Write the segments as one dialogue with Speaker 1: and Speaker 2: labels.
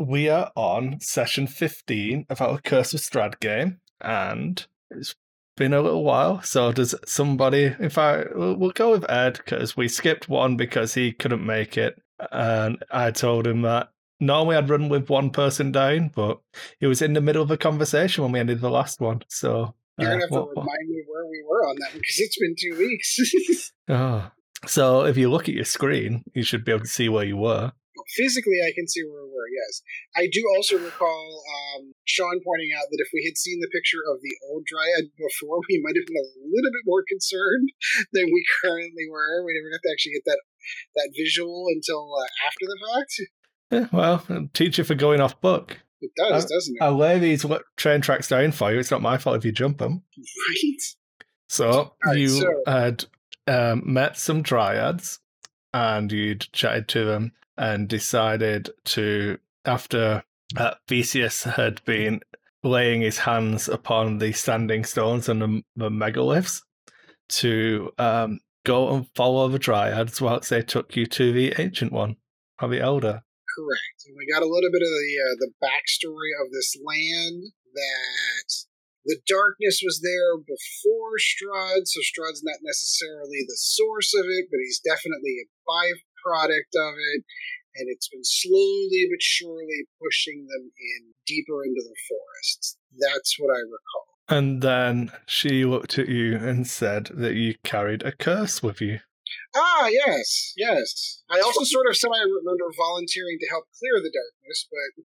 Speaker 1: we are on session 15 of our Curse of Strad game, and it's been a little while. So, does somebody, in fact, we'll, we'll go with Ed because we skipped one because he couldn't make it. And I told him that normally I'd run with one person down, but he was in the middle of a conversation when we ended the last one. So,
Speaker 2: You're
Speaker 1: uh,
Speaker 2: gonna have to
Speaker 1: what- what-
Speaker 2: remind me where we were on that because it's been two weeks.
Speaker 1: Oh. So if you look at your screen, you should be able to see where you were.
Speaker 2: Physically, I can see where we were. Yes, I do also recall um, Sean pointing out that if we had seen the picture of the old dryad before, we might have been a little bit more concerned than we currently were. We never got to actually get that that visual until uh, after the fact.
Speaker 1: Yeah, well, teacher for going off book.
Speaker 2: It does,
Speaker 1: Uh,
Speaker 2: doesn't it?
Speaker 1: I'll lay these li- train tracks down for you. It's not my fault if you jump them.
Speaker 2: right.
Speaker 1: So
Speaker 2: right,
Speaker 1: you
Speaker 2: so-
Speaker 1: had um, met some dryads and you'd chatted to them and decided to, after uh, Theseus had been laying his hands upon the standing stones and the, the megaliths, to um, go and follow the dryads whilst they took you to the ancient one or the elder.
Speaker 2: Correct. And we got a little bit of the uh, the backstory of this land that the darkness was there before Strud, so Strud's not necessarily the source of it, but he's definitely a byproduct of it, and it's been slowly but surely pushing them in deeper into the forest. That's what I recall.
Speaker 1: And then she looked at you and said that you carried a curse with you.
Speaker 2: Ah, yes, yes. I also sort of semi remember volunteering to help clear the darkness, but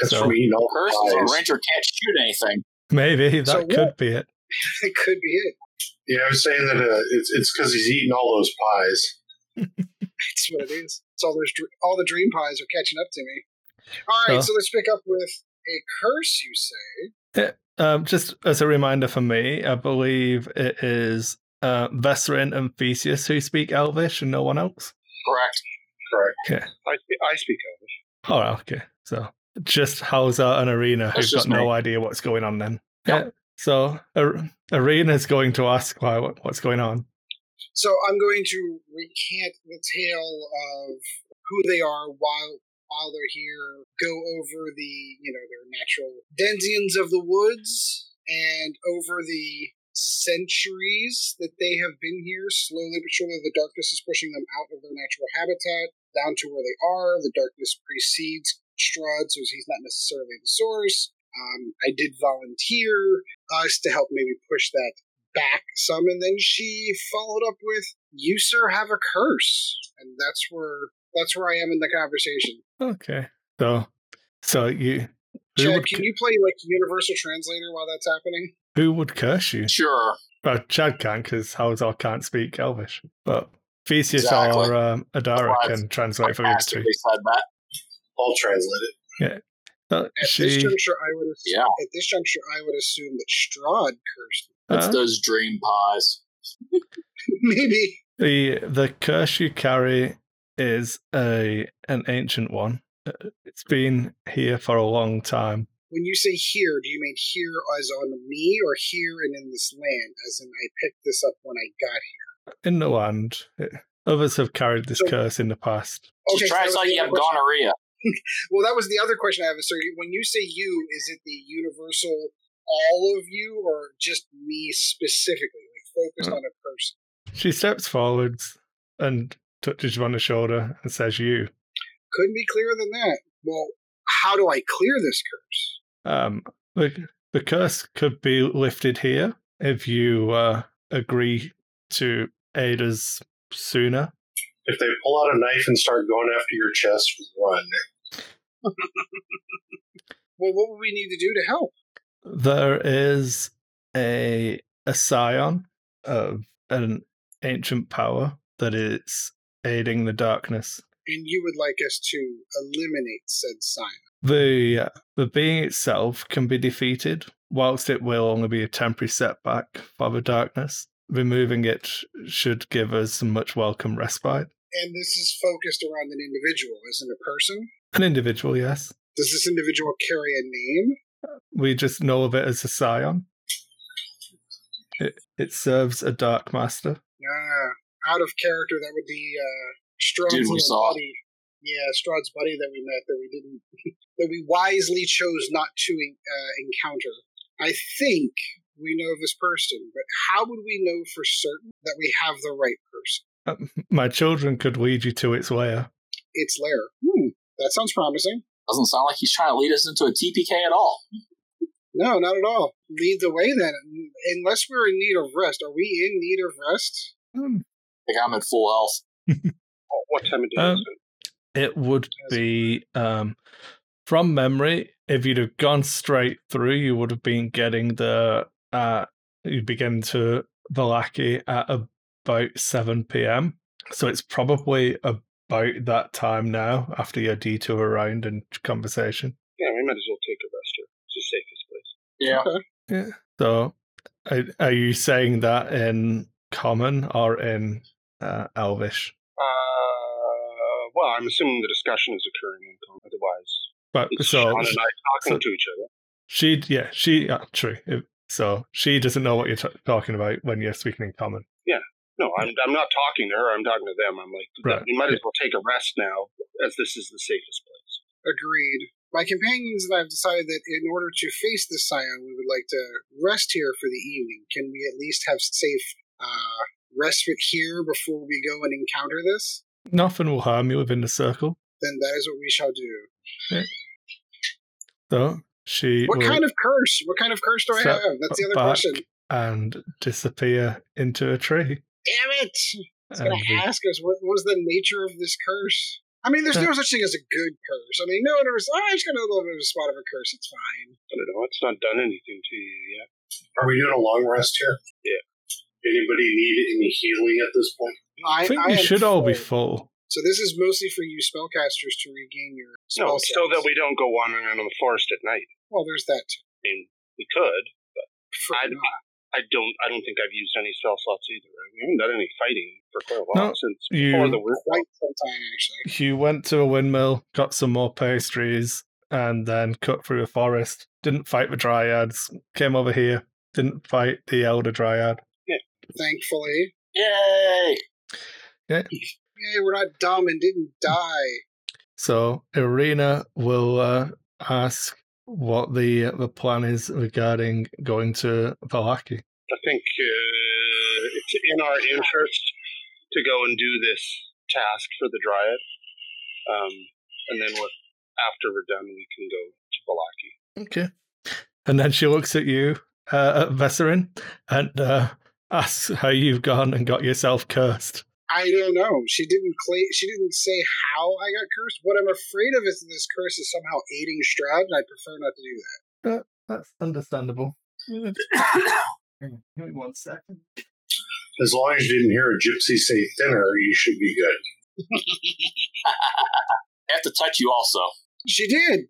Speaker 3: That's
Speaker 1: So-
Speaker 3: from eating all
Speaker 4: Curse is
Speaker 3: pies.
Speaker 4: a ranger can't shoot anything.
Speaker 1: Maybe that
Speaker 2: So
Speaker 1: could
Speaker 2: what-
Speaker 1: be it.
Speaker 2: it could be it.
Speaker 3: Yeah, I was saying that uh, it's it's because he's eating all those pies.
Speaker 2: That's what it is. It's all those dr- all the dream pies are catching up to me. All right,
Speaker 1: Huh.
Speaker 2: so let's pick up with a curse. You say
Speaker 1: Um, just as a reminder for me, I believe it is uh, Vesserin and Theseus who speak Elvish and no one else.
Speaker 4: Correct.
Speaker 5: I, sp- I speak of.
Speaker 1: All right, Oh, okay. So just Hauser and Arena who've
Speaker 4: That's
Speaker 1: got
Speaker 4: just
Speaker 1: no
Speaker 4: me.
Speaker 1: idea what's going on then. Yeah. So Ar- Arena's going to ask why, what, what's going on.
Speaker 2: so. I'm going to recant the tale of who they are while while they're here. Go over the you know their natural denizens of the woods and over the centuries that they have been here. Slowly but surely, the darkness is pushing them out of their natural habitat down to where they are. The darkness precedes Strud, so he's not necessarily the source. Um, I did volunteer us to help maybe push that back some, and then she followed up with, "You sir have a curse," and that's where that's where I am in the conversation.
Speaker 1: Okay. So so you who
Speaker 2: Chad,
Speaker 1: would
Speaker 2: can
Speaker 1: cu-
Speaker 2: you play like Universal Translator while that's happening?
Speaker 1: who would curse you?
Speaker 4: Sure.
Speaker 1: Well, Chad can because Hauser can't speak Elvish, but Theseus
Speaker 4: Exactly.
Speaker 1: or um, Adara
Speaker 4: That's why
Speaker 1: can translate for the
Speaker 4: Fantastic
Speaker 1: industry.
Speaker 4: they said that.
Speaker 3: I'll translate it.
Speaker 1: But
Speaker 2: At this
Speaker 1: she,
Speaker 2: juncture, I would ass-
Speaker 4: Yeah.
Speaker 2: at this juncture I would assume that Strahd cursed.
Speaker 4: It's
Speaker 1: uh,
Speaker 4: those dream pies.
Speaker 2: maybe
Speaker 1: the the curse you carry is a an ancient one. Uh, It's been here for a long time.
Speaker 2: when you say here, do you mean here as on me, or here and in this land, as in I picked this up when I got here?
Speaker 1: In the land, it, others have carried this
Speaker 2: So-
Speaker 1: curse in the past.
Speaker 4: Okay,
Speaker 2: so that was
Speaker 4: Just like
Speaker 2: the
Speaker 4: you have
Speaker 2: other question.
Speaker 4: gonorrhea.
Speaker 2: Well, that was the other question I have. So, you- when you say you, is it the universal all of you, or just me specifically, like focused
Speaker 1: Uh.
Speaker 2: on a person?
Speaker 1: She steps forwards and touches you on the shoulder and says, "You."
Speaker 2: Couldn't be clearer than that. Well, how do I clear this curse?
Speaker 1: Um, the, the curse could be lifted here if you uh, agree to aid us sooner.
Speaker 3: If they pull out a knife and start going after your chest, run.
Speaker 2: Well, what would we need to do to help?
Speaker 1: There is a a scion of an ancient power that is aiding the darkness.
Speaker 2: And you would like us to eliminate said sign.
Speaker 1: The uh, the being itself can be defeated, whilst it will only be a temporary setback for the darkness. Removing it should give us some much welcome respite.
Speaker 2: And this is focused around an individual, isn't it, a person?
Speaker 1: An individual, yes.
Speaker 2: Does this individual carry a name?
Speaker 1: We just know of it as a scion. It, it serves a dark master.
Speaker 2: Ah, out of character, that would be uh, Strong's
Speaker 4: Dude, we
Speaker 2: little
Speaker 4: saw-
Speaker 2: buddy. Yeah, Strahd's buddy that we met that we didn't that we wisely chose not to uh, encounter. I think we know this person, but how would we know for certain that we have the right person?
Speaker 1: My children could lead you to its lair.
Speaker 2: It's Lair. Hmm, that sounds promising.
Speaker 4: Doesn't sound like he's trying to lead us into a TPK at all.
Speaker 2: No, not at all. Lead the way then. Unless we're in need of rest, are we in need of rest?
Speaker 1: Hmm.
Speaker 4: I think I'm at full health.
Speaker 5: What time of day
Speaker 1: Um,
Speaker 5: is it?
Speaker 1: It would be um, from memory. If you'd have gone straight through, you would have been getting the uh, you'd be getting to Valaki at about seven p.m. So it's probably about that time now after your detour around and conversation.
Speaker 5: Yeah, we might as well take a rest here. It's the safest place.
Speaker 4: Yeah.
Speaker 1: So, are, are you saying that in common or in uh, Elvish?
Speaker 5: Uh, well, I'm assuming the discussion is occurring in common. Otherwise,
Speaker 1: But
Speaker 5: it's
Speaker 1: so
Speaker 5: Sean and I talking
Speaker 1: so-
Speaker 5: to each other.
Speaker 1: She, yeah, she, uh, true. If- So she doesn't know what you're t- talking about when you're speaking in common.
Speaker 5: No, I'm, I'm not talking to her. I'm talking to them. I'm like,
Speaker 1: Right,
Speaker 5: we might as well take a rest now, as this is the safest place.
Speaker 2: Agreed. My companions and I have decided that in order to face the scion, we would like to rest here for the evening. Can we at least have safe uh, respite here before we go and encounter this?
Speaker 1: Nothing will harm you within the circle.
Speaker 2: Then that is what we shall do.
Speaker 1: So she
Speaker 2: What
Speaker 1: will
Speaker 2: kind of curse? What kind of curse do I
Speaker 1: Step
Speaker 2: have? That's the other
Speaker 1: back.
Speaker 2: question.
Speaker 1: and disappear into a tree.
Speaker 2: Damn it! It's
Speaker 1: And
Speaker 2: gonna
Speaker 1: we-
Speaker 2: ask us what was the nature of this curse. I
Speaker 1: Uh,
Speaker 2: mean, there's no such thing as a good curse. I mean, no, there's. Oh, I just got a little bit of a spot of a curse. It's fine.
Speaker 5: I don't know. It's not done anything to you yet.
Speaker 3: Are we doing a long rest here?
Speaker 5: Yeah.
Speaker 3: Anybody need any healing at this point?
Speaker 1: I think
Speaker 2: I
Speaker 1: we
Speaker 2: am
Speaker 1: should all be
Speaker 2: full.
Speaker 1: full.
Speaker 2: So this is mostly for you spellcasters to regain your spell
Speaker 5: No, so
Speaker 2: slots.
Speaker 5: that we don't go wandering around in the forest at night.
Speaker 2: Well, there's that. too.
Speaker 5: I mean, we could.
Speaker 2: For
Speaker 5: I, I don't. I don't think I've used any spell slots either. I haven't done any fighting for quite a while
Speaker 1: No,
Speaker 5: since
Speaker 1: you-
Speaker 5: before the word.
Speaker 2: quite some time, actually.
Speaker 1: You went to a windmill, got some more pastries, and then cut through a forest. Didn't fight the dryads. Came over here. Didn't fight the elder dryad.
Speaker 2: Thankfully,
Speaker 4: Yay!
Speaker 2: yay, we're not dumb and didn't die.
Speaker 1: So Irina will uh, ask what the the plan is regarding going to Valaki.
Speaker 5: I think uh, it's in our interest to go and do this task for the dryad, um, and then with, after we're done, we can go to Balaki.
Speaker 1: Okay. And then she looks at you, uh, at Veserin, and uh, asks how you've gone and got yourself cursed.
Speaker 2: I don't know. She didn't cla- She didn't say how I got cursed. What I'm afraid of is that this curse is somehow aiding Stroud, and I prefer not to do that.
Speaker 1: That's understandable. Give me one second.
Speaker 3: As long as you didn't hear a gypsy say thinner, you should be good.
Speaker 4: I have to touch you also.
Speaker 2: She did.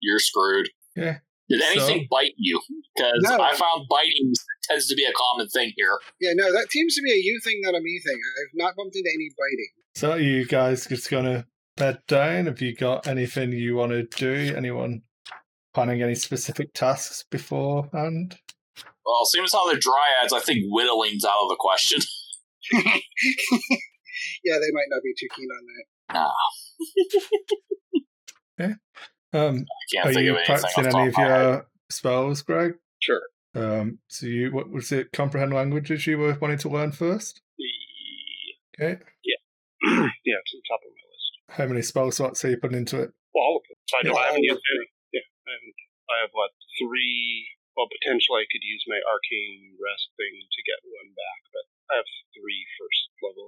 Speaker 4: You're screwed.
Speaker 1: Yeah.
Speaker 4: Did
Speaker 1: So?
Speaker 4: anything bite you? Because
Speaker 2: No.
Speaker 4: I found biting tends to be a common thing here.
Speaker 2: Yeah, no, that seems to be a you thing, not a me thing. I've not bumped into any biting.
Speaker 1: So are you guys just gonna bed down? Have you got anything you want to do? Anyone planning any specific tasks beforehand?
Speaker 4: Well, seeing as how they're dryads, I think whittling's out of the question.
Speaker 2: Yeah, they might not be too keen on that.
Speaker 1: Um,
Speaker 4: I can't
Speaker 1: are
Speaker 4: think
Speaker 1: you
Speaker 4: of anything. off
Speaker 1: practicing
Speaker 4: the top
Speaker 1: any of
Speaker 4: my head.
Speaker 1: your spells, Greg?
Speaker 5: Sure.
Speaker 1: Um, so you what was it? Comprehend languages you were wanting to learn first. Okay.
Speaker 5: yeah, to the top of my list.
Speaker 1: How many spell slots are you putting into it?
Speaker 5: Well, all of them. I, know I haven't
Speaker 2: Yeah.
Speaker 5: used any. Yeah, I haven't. I have what three? Well, potentially I could use my arcane rest thing to get one back, but I have three first level,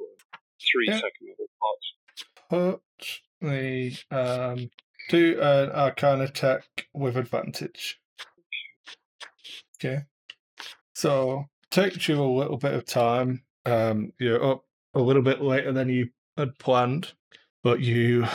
Speaker 5: three
Speaker 1: Yeah.
Speaker 5: second level slots.
Speaker 1: Put the um, do an arcana attack with advantage. Okay. So takes you a little bit of time. Um, you're up a little bit later than you had planned, but you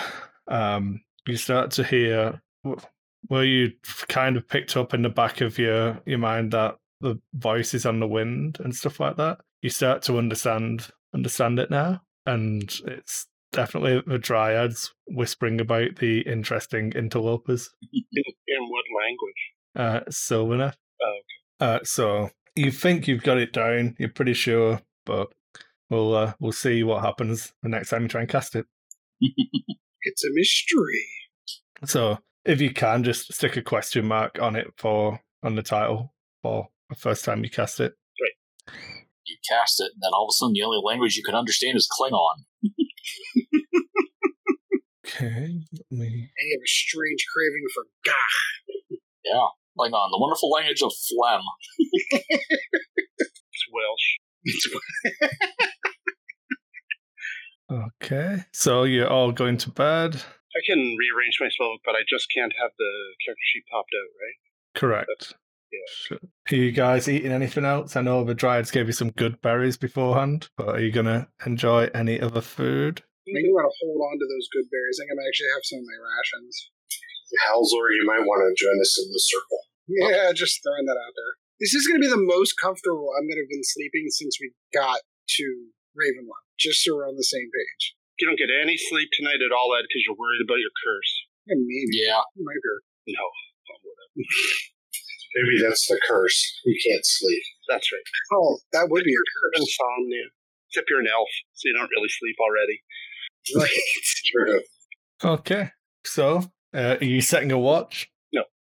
Speaker 1: um, you start to hear well you kind of picked up in the back of your your mind that the voices on the wind and stuff like that. You start to understand understand it now, and it's definitely the dryads whispering about the interesting interlopers.
Speaker 5: In, in what language?
Speaker 1: Uh, Sylvana.
Speaker 5: Oh,
Speaker 1: Uh, so you think you've got it down? You're pretty sure, but we'll uh, we'll see what happens the next time you try and cast it.
Speaker 2: It's a mystery.
Speaker 1: So if you can, just stick a question mark on it for on the title for the first time you cast it.
Speaker 4: You cast it, and then all of a sudden, the only language you can understand is Klingon.
Speaker 1: Okay, let me.
Speaker 2: And you have a strange craving for gah.
Speaker 4: Yeah, Klingon, the wonderful language of phlegm.
Speaker 5: It's Welsh.
Speaker 2: It's what
Speaker 1: Okay, so you're all going to bed.
Speaker 5: I can rearrange my spellbook, but I just can't have the character sheet popped out, right?
Speaker 1: Correct.
Speaker 5: Yeah.
Speaker 1: Sure. Are you guys eating anything else? I know the dryads gave you some good berries beforehand, but are you gonna enjoy any other food?
Speaker 2: I think I'm gonna hold on to those good berries. I think I'm gonna actually have some of my rations.
Speaker 3: Halzor, you might want to join us in the circle.
Speaker 2: Yeah, just throwing that out there. This is gonna be the most comfortable I'm gonna have been sleeping since we got to Ravenloft. Just so we're on the same page.
Speaker 5: You don't get any sleep tonight at all, Ed, because you're worried about your curse.
Speaker 2: Yeah, maybe.
Speaker 4: Yeah,
Speaker 2: Might be-
Speaker 5: No,
Speaker 3: Maybe that's the curse. You can't sleep.
Speaker 5: that's right.
Speaker 2: Oh, that would be a curse.
Speaker 5: Insomnia. Except you're an elf, so you don't really sleep already.
Speaker 3: Sure.
Speaker 1: Okay, so uh, are you setting a watch?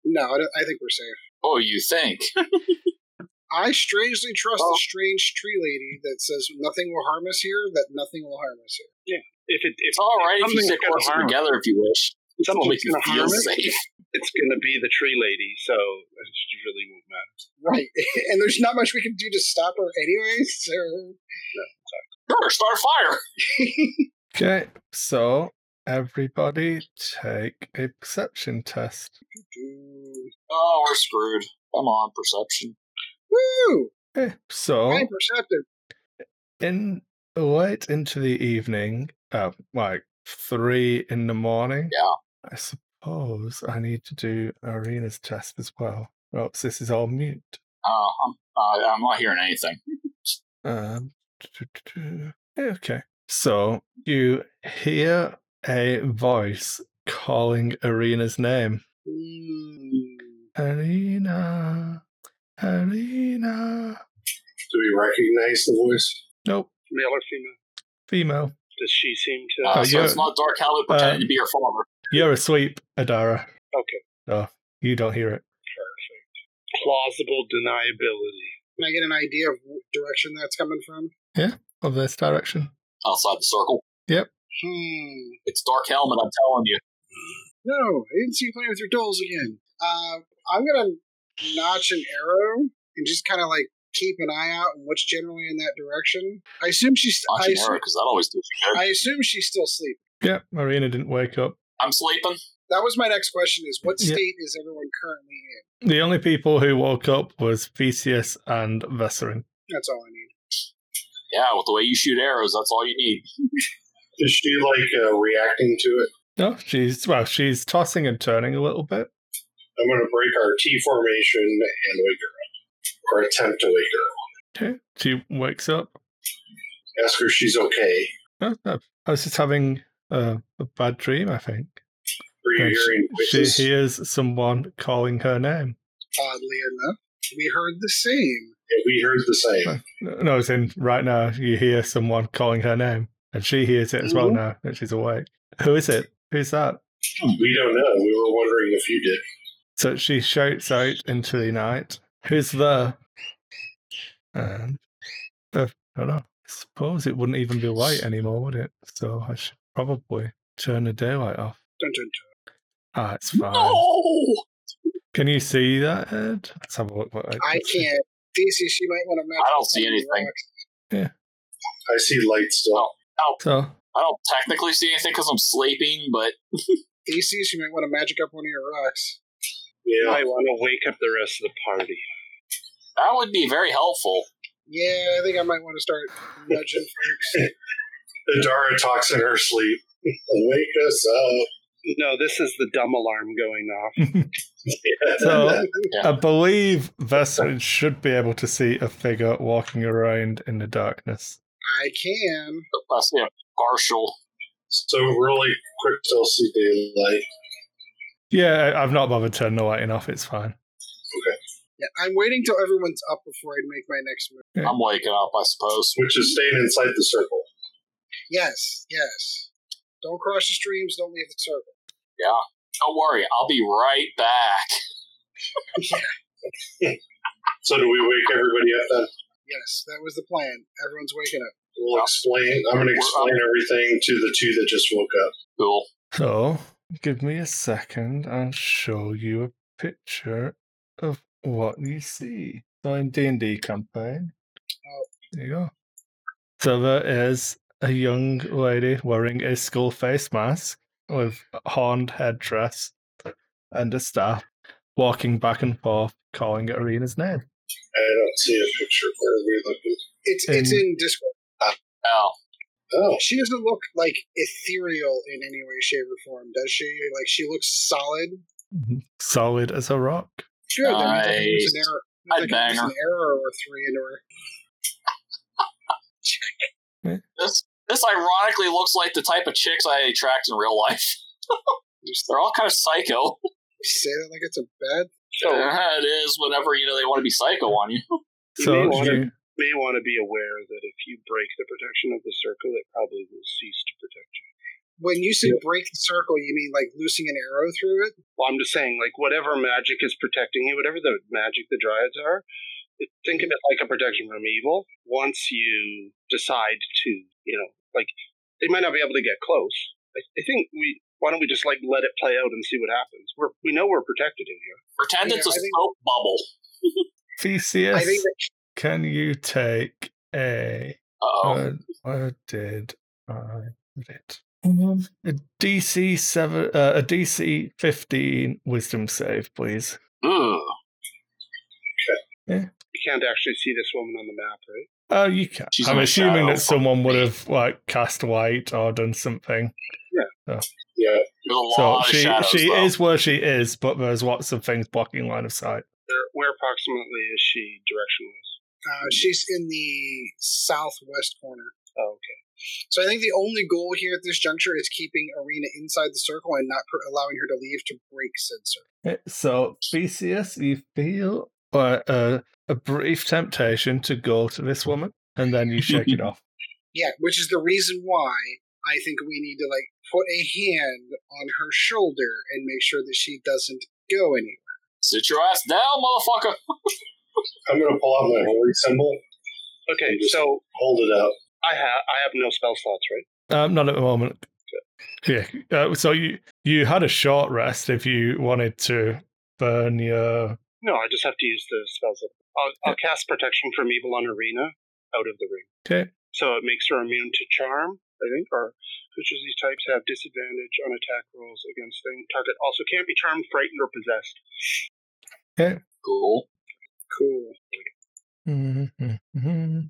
Speaker 2: No, I, don't- I think we're safe.
Speaker 4: Oh, you think?
Speaker 2: I strangely trust
Speaker 5: Oh.
Speaker 2: the strange tree lady that says nothing will harm us here, that nothing will harm us here.
Speaker 5: If it if
Speaker 4: It's all right if you
Speaker 5: Something's
Speaker 4: stick
Speaker 5: gonna
Speaker 4: horses
Speaker 5: harm it.
Speaker 4: together if you wish. It'll make
Speaker 5: something's
Speaker 4: you
Speaker 5: gonna
Speaker 4: feel
Speaker 5: harm it,
Speaker 4: safe.
Speaker 5: it's gonna be the tree lady, so it really won't matter.
Speaker 2: Right. and there's not much we can do to stop her anyway, so
Speaker 4: Sure, start a fire.
Speaker 1: Okay, so everybody take a perception test.
Speaker 2: do-
Speaker 4: Oh, we're screwed. Come on, perception. Oh.
Speaker 2: Woo!
Speaker 1: Okay, so
Speaker 2: I'm perceptive.
Speaker 1: in late into the evening, uh, like three in the morning.
Speaker 4: Yeah.
Speaker 1: I suppose I need to do Arena's test as well. Or else this is all mute.
Speaker 4: Uh, I'm, uh, I'm not hearing anything.
Speaker 1: Um, Eh, okay. So you hear a voice calling Arena's name.
Speaker 2: Mm.
Speaker 1: Arena, Arena.
Speaker 3: Do we recognize the voice?
Speaker 1: Nope,
Speaker 5: Male or female?
Speaker 1: female.
Speaker 5: Does she seem to
Speaker 4: Uh,
Speaker 1: Oh,
Speaker 4: so it's
Speaker 1: yeah.
Speaker 4: not Dark Hallow pretending to be your father.
Speaker 1: You're asleep, Adara.
Speaker 5: Okay.
Speaker 1: No, you don't hear it.
Speaker 5: perfect? Plausible deniability.
Speaker 2: Can I get an idea of what direction that's coming from?
Speaker 1: Of this direction.
Speaker 4: Outside the circle.
Speaker 2: Hmm.
Speaker 4: It's Dark Helmet, I'm telling you.
Speaker 2: No, I didn't see you playing with your dolls again. Uh, I'm gonna notch an arrow and just kind of like keep an eye out and what's generally in that direction. I assume she's.
Speaker 4: Not
Speaker 2: I assume,
Speaker 4: generic, because that always does you good.
Speaker 2: I assume she's still asleep.
Speaker 1: Yep, Arena didn't wake up.
Speaker 4: I'm sleeping.
Speaker 2: That was my next question: is what
Speaker 1: Yeah.
Speaker 2: state is everyone currently in?
Speaker 1: The only people who woke up was Theseus and Vesserin.
Speaker 2: That's all I need.
Speaker 4: Yeah, with the way you shoot arrows, that's all you need.
Speaker 3: Is she like uh, reacting to it?
Speaker 1: No, Oh, she's well, she's tossing and turning a little bit.
Speaker 3: I'm going to break our T formation and wake her up, or attempt to wake her
Speaker 1: Okay. She wakes up.
Speaker 3: up. Ask her if she's okay.
Speaker 1: Oh, no, I was just having uh, a bad dream, I think.
Speaker 3: Are you
Speaker 1: And
Speaker 3: hearing
Speaker 1: she,
Speaker 3: voices?
Speaker 1: she hears someone calling her name.
Speaker 2: Oddly enough, we heard the same.
Speaker 3: Yeah, we heard the same.
Speaker 1: No, it's in right now. You hear someone calling her name, and she hears it as well
Speaker 2: Mhm.
Speaker 3: Mm-hmm.
Speaker 1: now that she's awake. Who is it? Who's that?
Speaker 3: We don't know. We were wondering if you did.
Speaker 1: So she shouts out into the night, Who's there? And uh, I don't know. I suppose it wouldn't even be light anymore, would it? So I should probably turn the daylight off.
Speaker 2: Dun, dun, dun.
Speaker 1: Ah, it's fine.
Speaker 4: No!
Speaker 1: Can you see that, Ed? Let's have a look. What I,
Speaker 2: I
Speaker 1: can see.
Speaker 2: can't. Theseus, you might want to match.
Speaker 4: I don't see anything.
Speaker 3: I see light
Speaker 5: Oh,
Speaker 3: still.
Speaker 1: So
Speaker 4: I don't technically see anything because I'm sleeping, but
Speaker 2: Theseus, you might want to magic up one of your rocks.
Speaker 3: Yeah.
Speaker 5: I want to wake up the rest of the party.
Speaker 4: that would be very helpful.
Speaker 2: Yeah, I think I might want to start nudging folks.
Speaker 3: Adara talks in her sleep. Wake us up.
Speaker 5: No, this is the dumb alarm going off.
Speaker 1: So
Speaker 4: Yeah.
Speaker 1: I believe Vesserin should be able to see a figure walking around in the darkness.
Speaker 2: I can.
Speaker 4: That's yeah, partial.
Speaker 3: so really quick till see daylight.
Speaker 1: Yeah, I- I've not bothered turning the lighting off. It's fine.
Speaker 2: Yeah, I'm waiting till everyone's up before I make my next move.
Speaker 4: I'm waking up, I suppose.
Speaker 3: Which is staying inside the circle.
Speaker 2: Yes, yes. Don't cross the streams. Don't leave the circle.
Speaker 4: Don't worry, I'll be right back.
Speaker 3: So do we wake everybody up then?
Speaker 2: Yes, that was the plan. Everyone's waking up.
Speaker 3: We'll explain. I'm going to explain everything to the two that just woke up.
Speaker 4: Cool.
Speaker 1: So, give me a second. I'll show you a picture of what you see. So, in D and D campaign,
Speaker 2: Oh.
Speaker 1: there you go. So there is a young lady wearing a skull face mask with a horned headdress and a staff, walking back and forth, calling Arena's name.
Speaker 3: I don't see a picture. Where are we looking?
Speaker 2: It's it's
Speaker 1: And-
Speaker 2: in Discord.
Speaker 4: Oh,
Speaker 3: Oh,
Speaker 2: She doesn't look like ethereal in any way, shape, or form, does she? Like she looks solid.
Speaker 1: Solid as a rock.
Speaker 2: Sure, there means I can use an
Speaker 4: Nice.
Speaker 2: error.
Speaker 4: I'd
Speaker 2: I can
Speaker 4: bang
Speaker 2: use an error or three into her.
Speaker 4: this this ironically looks like the type of chicks I attract in real life. They're all kind of psycho.
Speaker 2: Say that like it's a bad.
Speaker 5: So
Speaker 4: Uh, it is whenever you know they want to be psycho on you.
Speaker 5: You
Speaker 1: So
Speaker 5: may wanna-
Speaker 1: you,
Speaker 5: may want to be aware that if you break the protection of the circle, it probably will cease to protect you.
Speaker 2: When you say break the circle, you mean like loosing an arrow through it?
Speaker 5: Well, I'm just saying, like, whatever magic is protecting you, whatever the magic the dryads are, it- think of it like a protection from evil. Once you decide to, you know, like, they might not be able to get close. I, I think we, why don't we just, like, let it play out and see what happens? We're, we know we're protected in here.
Speaker 4: Pretend
Speaker 2: Yeah,
Speaker 4: it's a
Speaker 2: I think-
Speaker 4: soap bubble.
Speaker 1: Theseus,
Speaker 2: I think that
Speaker 1: can you take a
Speaker 4: Uh oh.
Speaker 1: Uh, where did I put it? Um,
Speaker 4: Mm-hmm.
Speaker 1: a DC seven, uh, a DC fifteen Wisdom save, please.
Speaker 4: Ugh.
Speaker 5: You can't actually see this woman on the map, right?
Speaker 1: Oh, you can.
Speaker 4: She's
Speaker 1: I'm
Speaker 4: in a
Speaker 1: assuming
Speaker 4: shadow.
Speaker 1: that someone would have like cast light or done something.
Speaker 3: yeah.
Speaker 4: There's a
Speaker 1: So
Speaker 4: lot
Speaker 1: she
Speaker 4: of shadows.
Speaker 1: she
Speaker 4: though.
Speaker 1: is where she is, but there's lots of things blocking line of sight.
Speaker 5: Where, where approximately is she direction-wise?
Speaker 2: uh, she's in the southwest corner.
Speaker 5: Oh, okay.
Speaker 2: So I think the only goal here at this juncture is keeping Arena inside the circle and not per- allowing her to leave to break said circle.
Speaker 1: Eh, So Theseus, you feel uh, a a brief temptation to go to this woman, and then you shake it off.
Speaker 2: Yeah, which is the reason why I think we need to like put a hand on her shoulder and make sure that she doesn't go anywhere.
Speaker 4: Sit your ass down, motherfucker.
Speaker 3: I'm going to pull out my holy symbol,
Speaker 5: Okay, so
Speaker 3: hold it up.
Speaker 5: I have I have no spell slots, right?
Speaker 1: Um, not at the moment. Yeah. Uh, so you you had a short rest if you wanted to burn your.
Speaker 5: No, I just have to use the spells. that- I'll, I'll cast protection from evil on Arena out of the ring.
Speaker 1: Okay.
Speaker 5: So it makes her immune to charm, I think, or creatures of these types have disadvantage on attack rolls against thing. Target also can't be charmed, frightened, or possessed.
Speaker 4: Cool.
Speaker 2: Cool.
Speaker 1: Mhm.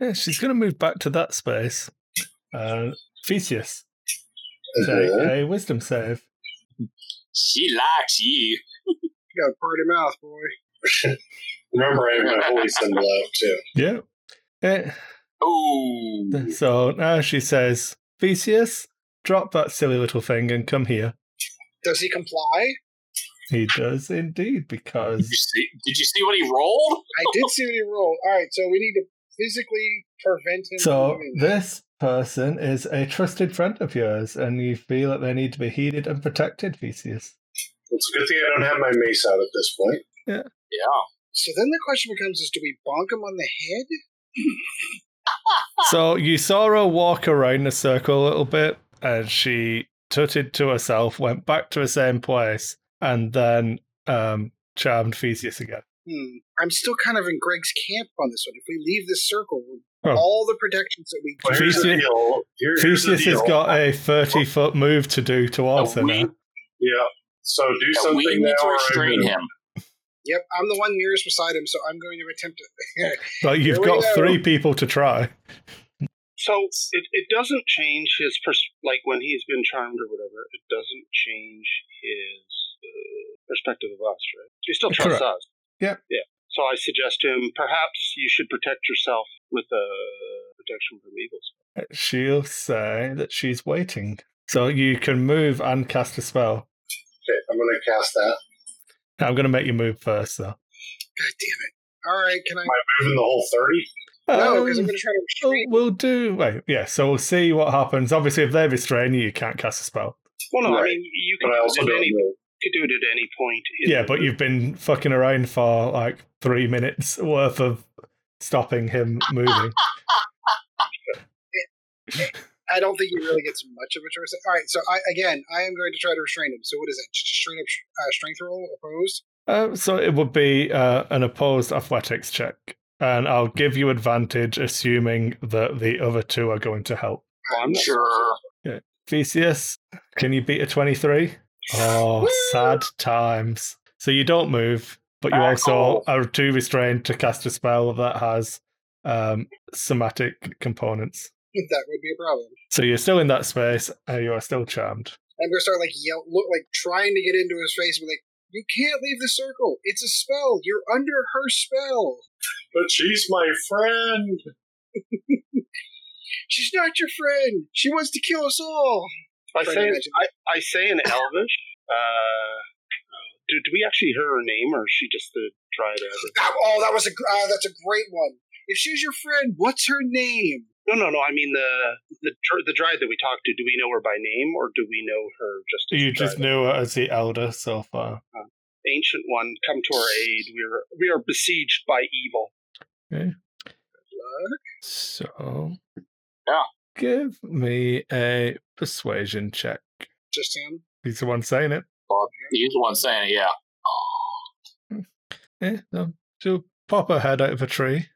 Speaker 1: Yeah, she's going to move back to that space. Uh, Theseus, take
Speaker 3: Uh-huh.
Speaker 1: a wisdom save.
Speaker 4: She likes you.
Speaker 2: You got a pretty mouth, boy.
Speaker 3: Remember, I have my holy symbol out too.
Speaker 1: Yeah. Eh,
Speaker 4: Oh.
Speaker 1: so now she says, Theseus, drop that silly little thing and come here.
Speaker 2: Does he comply?
Speaker 1: He does indeed,
Speaker 4: Did you
Speaker 1: because
Speaker 4: see? Did you see what he rolled?
Speaker 2: I did see what he rolled. All right, so we need to physically prevent him.
Speaker 1: So
Speaker 2: from moving.
Speaker 1: this person is a trusted friend of yours, and you feel that they need to be heeded and protected, Theseus.
Speaker 3: It's a good thing I don't have my mace out at this point.
Speaker 4: Yeah.
Speaker 2: so then the question becomes: Is do we bonk him on the head?
Speaker 1: so you saw her walk around the circle a little bit, and she tutted to herself, went back to the same place, and then um, charmed Theseus again.
Speaker 2: Hmm. I'm still kind of in Greg's camp on this one. If we leave this circle,
Speaker 1: Oh.
Speaker 2: all the protections that we
Speaker 3: Well, here's the
Speaker 1: Theseus-
Speaker 3: deal. Here- here's the
Speaker 1: Theseus has
Speaker 3: deal.
Speaker 1: got a thirty-foot move to do towards her.
Speaker 4: That we,
Speaker 1: now.
Speaker 3: yeah. So do
Speaker 4: that
Speaker 3: something
Speaker 4: we need
Speaker 3: now.
Speaker 4: to
Speaker 3: or I'm
Speaker 4: restrain
Speaker 3: gonna-
Speaker 4: him.
Speaker 2: Yep, I'm the one nearest beside him, so I'm going to attempt it.
Speaker 1: But
Speaker 2: Here
Speaker 1: you've
Speaker 2: we
Speaker 1: got
Speaker 2: go.
Speaker 1: three people to try.
Speaker 5: So it, it doesn't change his, pers- like when he's been charmed or whatever, it doesn't change his uh, perspective of us, right? He still trusts
Speaker 1: Correct.
Speaker 5: us.
Speaker 1: Yeah.
Speaker 5: Yeah. So I suggest to him, perhaps you should protect yourself with a protection from evil spell.
Speaker 1: She'll say that she's waiting, so you can move and cast a spell.
Speaker 3: Okay, I'm going to cast that.
Speaker 1: I'm going to make you move first, though.
Speaker 2: God damn it! All right, can I?
Speaker 3: Moving the whole 30.
Speaker 2: No, because I'm
Speaker 1: Um,
Speaker 2: going to try to
Speaker 1: we'll,
Speaker 2: restrain.
Speaker 1: we'll do. Wait, yeah. So we'll see what happens. Obviously, if they restrain you, you can't cast a spell.
Speaker 5: Well, no, I
Speaker 3: Right.
Speaker 5: mean you can
Speaker 3: But I also
Speaker 5: do it
Speaker 3: don't
Speaker 5: at any
Speaker 3: know.
Speaker 5: you could do it at any point. in
Speaker 1: Yeah,
Speaker 5: the
Speaker 1: but
Speaker 5: move.
Speaker 1: you've been fucking around for like three minutes worth of stopping him moving.
Speaker 2: I don't think he really gets much of a choice. All right, so I again, I am going to try to restrain him. So what is it? Just a straight up uh, strength roll opposed.
Speaker 1: Uh, so it would be uh, an opposed athletics check, and I'll give you advantage, assuming that the other two are going to help.
Speaker 5: I'm not-
Speaker 4: Sure.
Speaker 1: Theseus, can you beat a 23? Oh, sad times. So you don't move, but you also
Speaker 4: Asshole.
Speaker 1: are too restrained to cast a spell that has um, somatic components.
Speaker 2: that would be a problem.
Speaker 1: So you're still in that space, and you are still charmed.
Speaker 2: I'm going to start like yell, look like trying to get into his face, and be like, "You can't leave the circle. It's a spell. You're under her spell.
Speaker 3: But she's my friend.
Speaker 2: She's not your friend. She wants to kill us all."
Speaker 5: I
Speaker 2: Trying
Speaker 5: say
Speaker 2: to imagine.
Speaker 5: I, I say in Elvish. Uh, do, do we actually hear her name, or is she just the dryad? elder?
Speaker 2: Ah, Oh, that was a gr- ah, that's a great one. If she's your friend, what's her name?
Speaker 5: No, no, no. I mean the the dr- the dryad that we talked to. Do we know her by name, or do we know her just? As
Speaker 1: You
Speaker 5: the
Speaker 1: just
Speaker 5: dryad?
Speaker 1: knew her as the elder so far.
Speaker 5: ancient one, come to our aid. We are we are besieged by evil.
Speaker 2: Look,
Speaker 1: So,
Speaker 4: Yeah.
Speaker 1: give me a persuasion check.
Speaker 2: Just him.
Speaker 1: He's the one saying it.
Speaker 4: He's the one saying it, yeah.
Speaker 1: Yeah, Eh, no. She'll pop her head out of a tree.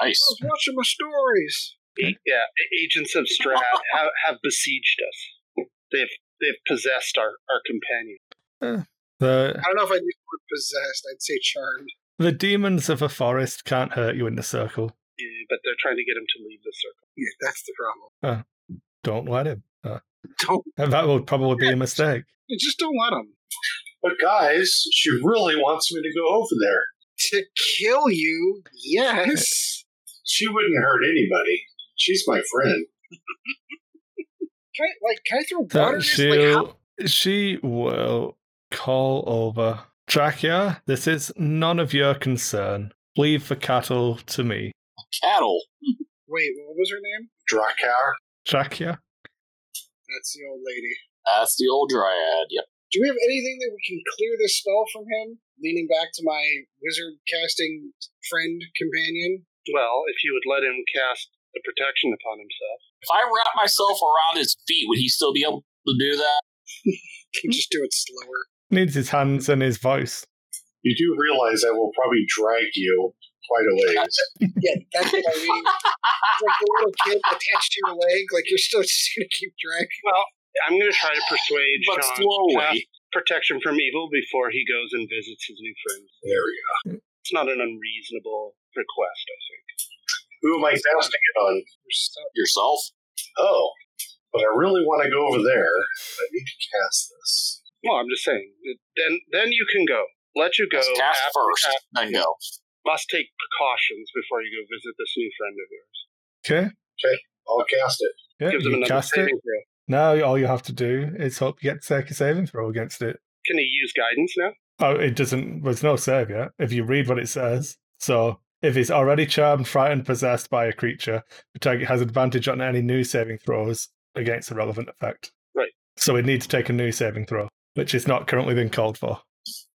Speaker 4: Nice.
Speaker 2: I was watching my stories.
Speaker 5: A- yeah, a- agents of Strahd have, have besieged us. They've they've possessed our our companion.
Speaker 1: The
Speaker 2: I don't know if I'd use the word possessed. I'd say charmed.
Speaker 1: the demons of a forest can't hurt you in the circle.
Speaker 5: Eh, But they're trying to get him to leave the circle.
Speaker 2: Yeah, that's the problem.
Speaker 1: Don't let him. Uh,
Speaker 2: Don't
Speaker 1: and that would probably be a mistake.
Speaker 2: just don't let him
Speaker 3: But guys, she really wants me to go over there.
Speaker 2: to kill you. Yes.
Speaker 3: She wouldn't hurt anybody. She's my friend.
Speaker 2: Can I, like, can I throw water?
Speaker 1: So
Speaker 2: in this? Like, how-
Speaker 1: she'll, she will call over. Dracula, this is none of your concern. Leave the cattle to me.
Speaker 4: Cattle.
Speaker 2: Wait, what was her name?
Speaker 3: Drakkar.
Speaker 1: Dracula?
Speaker 2: That's the old lady.
Speaker 4: That's the old dryad. Yep.
Speaker 2: Do we have anything that we can clear this spell from him? Leaning back to my wizard casting friend companion.
Speaker 5: Well, if you would let him cast the protection upon himself,
Speaker 4: If I wrap myself around his feet, would he still be able to do that?
Speaker 2: Can just do it slower.
Speaker 1: Needs his hands and his voice.
Speaker 3: You do realize I will probably drag you quite a ways.
Speaker 2: Yeah, that's what I mean. It's like the little kid attached to your leg. Like you're still just gonna keep dragging.
Speaker 5: I'm going to try to persuade
Speaker 4: But
Speaker 5: Sean to cast
Speaker 4: slowly.
Speaker 5: protection from evil before he goes and visits his new friend.
Speaker 3: There we go.
Speaker 5: It's not an unreasonable request, I think.
Speaker 3: Who am I casting it on?
Speaker 2: yourself.
Speaker 4: Yourself?
Speaker 3: Oh, but I really want to go over there. I need to cast this.
Speaker 5: Well, I'm just saying. Then then you can go. Let you go.
Speaker 4: Let's cast
Speaker 5: after-
Speaker 4: first,
Speaker 5: after-
Speaker 4: then go.
Speaker 5: must take precautions before you go visit this new friend of yours.
Speaker 1: Okay.
Speaker 3: I'll cast it.
Speaker 1: Yeah,
Speaker 5: Gives him
Speaker 1: you
Speaker 5: another
Speaker 1: cast it.
Speaker 5: saving throw.
Speaker 1: Now all you have to do is hope you get to take a saving throw against it.
Speaker 5: Can he use guidance now?
Speaker 1: Oh, it doesn't. There's no save yet. If you read what it says, so if he's already charmed, frightened, possessed by a creature, the target has advantage on any new saving throws against the relevant effect.
Speaker 5: Right.
Speaker 1: So we need to take a new saving throw, which is not currently being called for.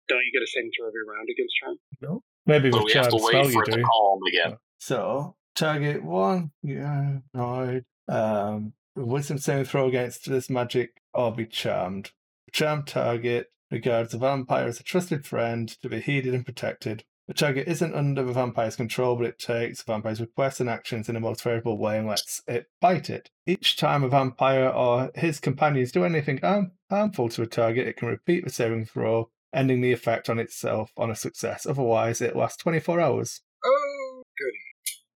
Speaker 5: Don't you get a saving throw every round against charm?
Speaker 1: Maybe
Speaker 4: So
Speaker 1: with
Speaker 4: we have
Speaker 1: charmed
Speaker 4: to
Speaker 1: spell
Speaker 4: wait
Speaker 1: you
Speaker 4: for it
Speaker 1: do.
Speaker 4: to calm again.
Speaker 1: So target one, yeah, right. Um, wisdom saving throw against this magic or be charmed. Charmed target regards a vampire as a trusted friend to be heeded and protected. The target isn't under the vampire's control, but it takes the vampire's requests and actions in the most favorable way and lets it bite it. Each time a vampire or his companions do anything harm- harmful to a target, it can repeat the saving throw, ending the effect on itself on a success. Otherwise, it lasts 24 hours.
Speaker 2: Oh, goody.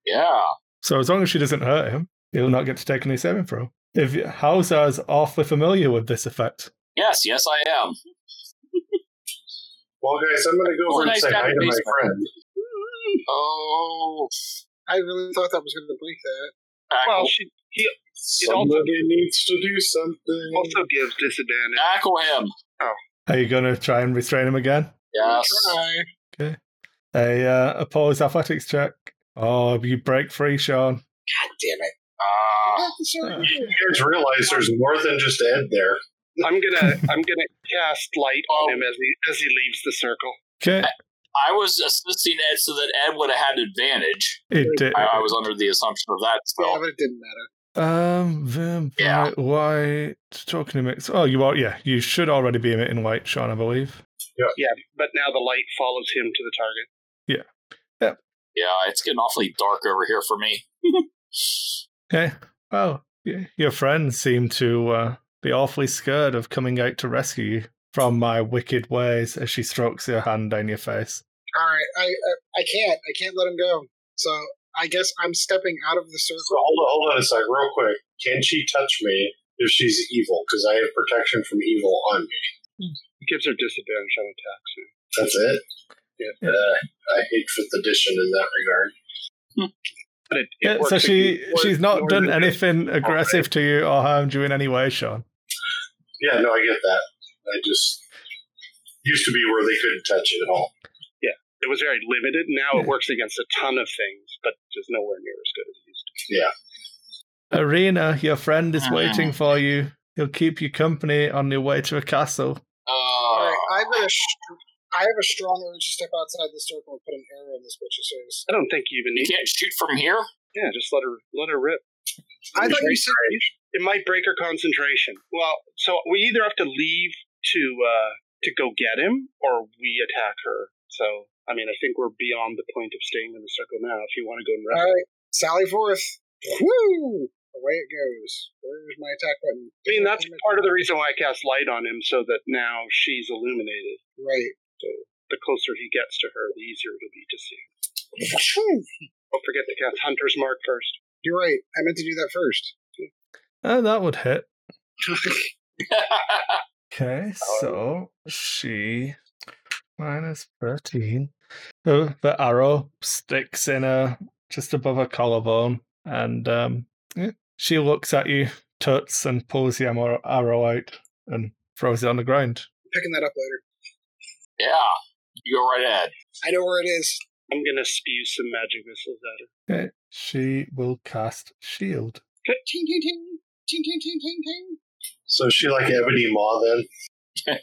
Speaker 4: Yeah.
Speaker 1: So as long as she doesn't hurt him, he'll not get to take any saving throw. If Hauser's awfully familiar with this effect,
Speaker 4: Yes, yes, I am.
Speaker 3: Well, guys, I'm going to go over and
Speaker 4: Overnight
Speaker 3: say hi to my
Speaker 4: database.
Speaker 3: friend.
Speaker 4: Oh.
Speaker 2: I really thought that was gonna break that.
Speaker 5: Well,
Speaker 4: Ackle,
Speaker 5: she, he
Speaker 3: Somebody needs to do something.
Speaker 5: also gives disadvantage.
Speaker 4: ackle him.
Speaker 1: are you going to try and restrain him again?
Speaker 4: Yes.
Speaker 2: Try.
Speaker 1: A uh, opposed athletics check. Oh, you break free, Sean.
Speaker 2: God damn it.
Speaker 4: Uh,
Speaker 3: Ah,
Speaker 2: Not the sort of-
Speaker 3: you guys realize there's more than just Ed there.
Speaker 5: I'm gonna I'm gonna cast light on him as he as he leaves the circle.
Speaker 1: Okay.
Speaker 4: I was assisting Ed so that Ed would have had an advantage.
Speaker 1: It did.
Speaker 4: I, I was under the assumption of that
Speaker 2: Yeah,
Speaker 4: spell.
Speaker 2: but it didn't matter.
Speaker 1: Um, vampire
Speaker 4: Yeah.
Speaker 1: white talking to mix. Oh, you are. Yeah, you should already be emitting white, Sean. I believe.
Speaker 5: Yeah, but now the light follows him to the target.
Speaker 4: Yeah, it's getting awfully dark over here for me.
Speaker 1: Okay. Well, y- oh, your friends seem to uh, be awfully scared of coming out to rescue you from my wicked ways. As she strokes your hand down your face.
Speaker 2: All right, I, uh, I I can't I can't let him go. So I guess I'm stepping out of the
Speaker 3: So
Speaker 2: circle.
Speaker 3: hold on, hold on a sec, real quick. Can she touch me if she's evil? Because I have protection from evil on me.
Speaker 5: It gives her disadvantage on attacks.
Speaker 3: That's it.
Speaker 5: Yeah.
Speaker 3: Uh, I hate fifth edition in that regard.
Speaker 5: But it, it
Speaker 1: Yeah,
Speaker 5: works
Speaker 1: so she
Speaker 5: against-
Speaker 1: she's not
Speaker 5: works
Speaker 1: done
Speaker 5: against-
Speaker 1: anything aggressive to you or harmed you in any way, Sean.
Speaker 3: Yeah, no, I get that. I just used to be where they couldn't touch it at all.
Speaker 5: It was very limited. Now
Speaker 1: Yeah.
Speaker 5: it works against a ton of things, but just nowhere near as good as it used to.
Speaker 1: Arena, your friend is
Speaker 4: Mhm.
Speaker 1: waiting for you. He'll keep you company on your way to a castle.
Speaker 2: All right,
Speaker 4: Uh,
Speaker 2: I've got a str- I have a strong urge to step outside the circle and put an arrow in this bitch's face.
Speaker 5: I don't think you even
Speaker 4: you
Speaker 5: need.
Speaker 4: can't shoot from here?
Speaker 5: Yeah, just let her let her rip.
Speaker 2: I thought you said
Speaker 5: It might break her concentration. Well, so we either have to leave to uh, to go get him, or we attack her. So I mean, I think we're beyond the point of staying in the circle now. If you want to go and
Speaker 2: all
Speaker 5: rest,
Speaker 2: right. Sally forth. Woo! Away it goes. Where's my attack button?
Speaker 5: I mean that's part of the reason why I cast light on him, so that now she's illuminated.
Speaker 2: right.
Speaker 5: So the closer he gets to her, the easier it'll be to see.
Speaker 2: Phew.
Speaker 5: Don't forget to cast Hunter's Mark first.
Speaker 2: You're right. I meant to do that first.
Speaker 1: Oh, that would hit.
Speaker 4: I
Speaker 1: Okay, so she minus thirteen. The, the arrow sticks in her just above her collarbone, and um, yeah, she looks at you, tuts, and pulls the ammo- arrow out and throws it on the ground.
Speaker 2: Picking that up later.
Speaker 4: yeah. You go right ahead.
Speaker 2: I know where it is.
Speaker 5: I'm gonna spew some magic missiles at her.
Speaker 1: Okay, she will cast shield.
Speaker 2: Ting ting ting ting ting ting ting ting.
Speaker 3: So is she like Ebony Maw then?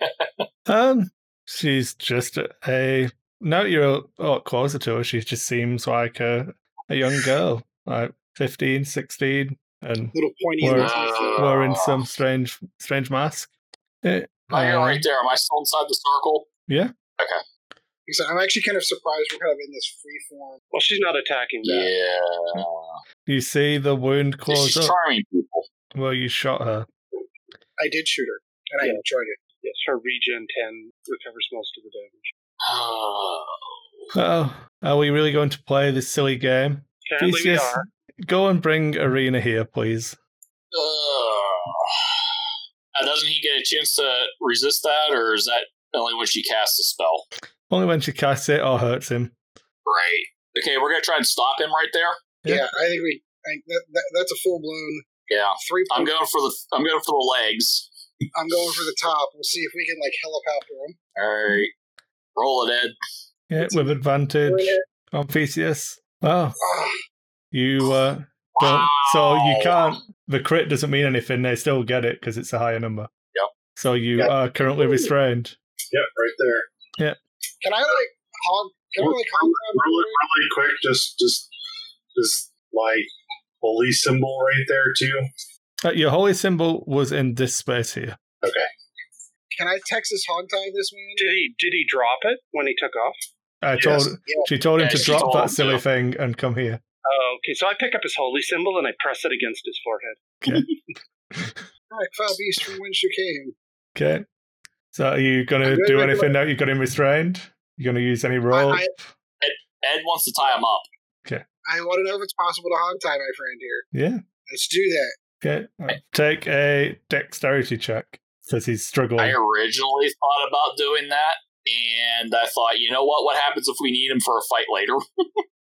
Speaker 1: Um, she's just a, a now that you're a lot closer to her. She just seems like a a young girl, like 15, 16, and
Speaker 2: Little pointy.
Speaker 1: Word.
Speaker 2: little teeth.
Speaker 1: wearing
Speaker 4: Ah.
Speaker 1: some strange strange mask. Eh,
Speaker 4: I hear
Speaker 1: uh,
Speaker 4: right there. Am I still inside the circle?
Speaker 2: So I'm actually kind of surprised we're kind of in this free form.
Speaker 5: Well, she's not attacking
Speaker 4: Yeah.
Speaker 5: that.
Speaker 1: you see the wound
Speaker 4: She's
Speaker 1: close up
Speaker 4: charming people.
Speaker 1: where you shot her.
Speaker 2: I did shoot her, and I
Speaker 5: Yeah.
Speaker 2: enjoyed it.
Speaker 5: Yes, her regen ten recovers most of the damage.
Speaker 4: Uh,
Speaker 1: Oh, are we really going to play this silly game?
Speaker 5: Apparently we
Speaker 1: Theseus,
Speaker 5: are.
Speaker 1: Go and bring Arena here, please.
Speaker 4: Uh, doesn't he get a chance to resist that, or is that only when she casts a spell?
Speaker 1: Only when she casts it or hurts him.
Speaker 4: Right. Okay, we're gonna try and stop him right there.
Speaker 1: Yeah.
Speaker 2: Yeah, I think we. I, think that, that, that's a full blown
Speaker 4: Yeah.
Speaker 2: three.
Speaker 4: I'm
Speaker 2: Point.
Speaker 4: going for the I'm going for the legs.
Speaker 2: I'm going for the top. We'll see if we can like helicopter him.
Speaker 4: All right. Roll it, Ed.
Speaker 1: Yeah, with advantage on Theseus. Oh,
Speaker 2: Ah,
Speaker 1: you uh, don't. So you can't. The crit doesn't mean anything. They still get it because it's a higher number.
Speaker 4: Yep.
Speaker 1: So you
Speaker 3: Yeah.
Speaker 1: are currently restrained.
Speaker 3: Yep, right there.
Speaker 2: can I like hog? Can I like hog grab
Speaker 3: Really,
Speaker 2: her?
Speaker 3: really quick, just just just like holy symbol right there too.
Speaker 1: Uh, your holy symbol was in this space here.
Speaker 2: Can I Texas hog tie this man?
Speaker 5: Did he did he drop it when he took off?
Speaker 1: I
Speaker 3: Yes.
Speaker 1: told
Speaker 2: Yeah.
Speaker 1: she told him
Speaker 4: Yeah,
Speaker 1: to
Speaker 4: she
Speaker 1: drop
Speaker 4: told
Speaker 1: that
Speaker 4: him
Speaker 1: silly
Speaker 4: to.
Speaker 1: thing and come here.
Speaker 5: Oh, okay. So I pick up his holy symbol and I press it against his forehead.
Speaker 2: All right, foul beast from whence you came.
Speaker 1: Okay. So are you
Speaker 2: I'm
Speaker 1: gonna
Speaker 2: gonna
Speaker 1: do
Speaker 2: make a-
Speaker 1: anything now? You got him restrained? You gonna use any rope?
Speaker 2: I-
Speaker 4: Ed wants to tie him up.
Speaker 2: I want to know if it's possible to hog tie my friend here.
Speaker 1: yeah.
Speaker 2: Let's do that.
Speaker 1: Okay. Take a dexterity check. Says he's
Speaker 4: I
Speaker 1: struggling.
Speaker 4: originally thought about doing that, and I thought, you know what? What happens if we need him for a fight later?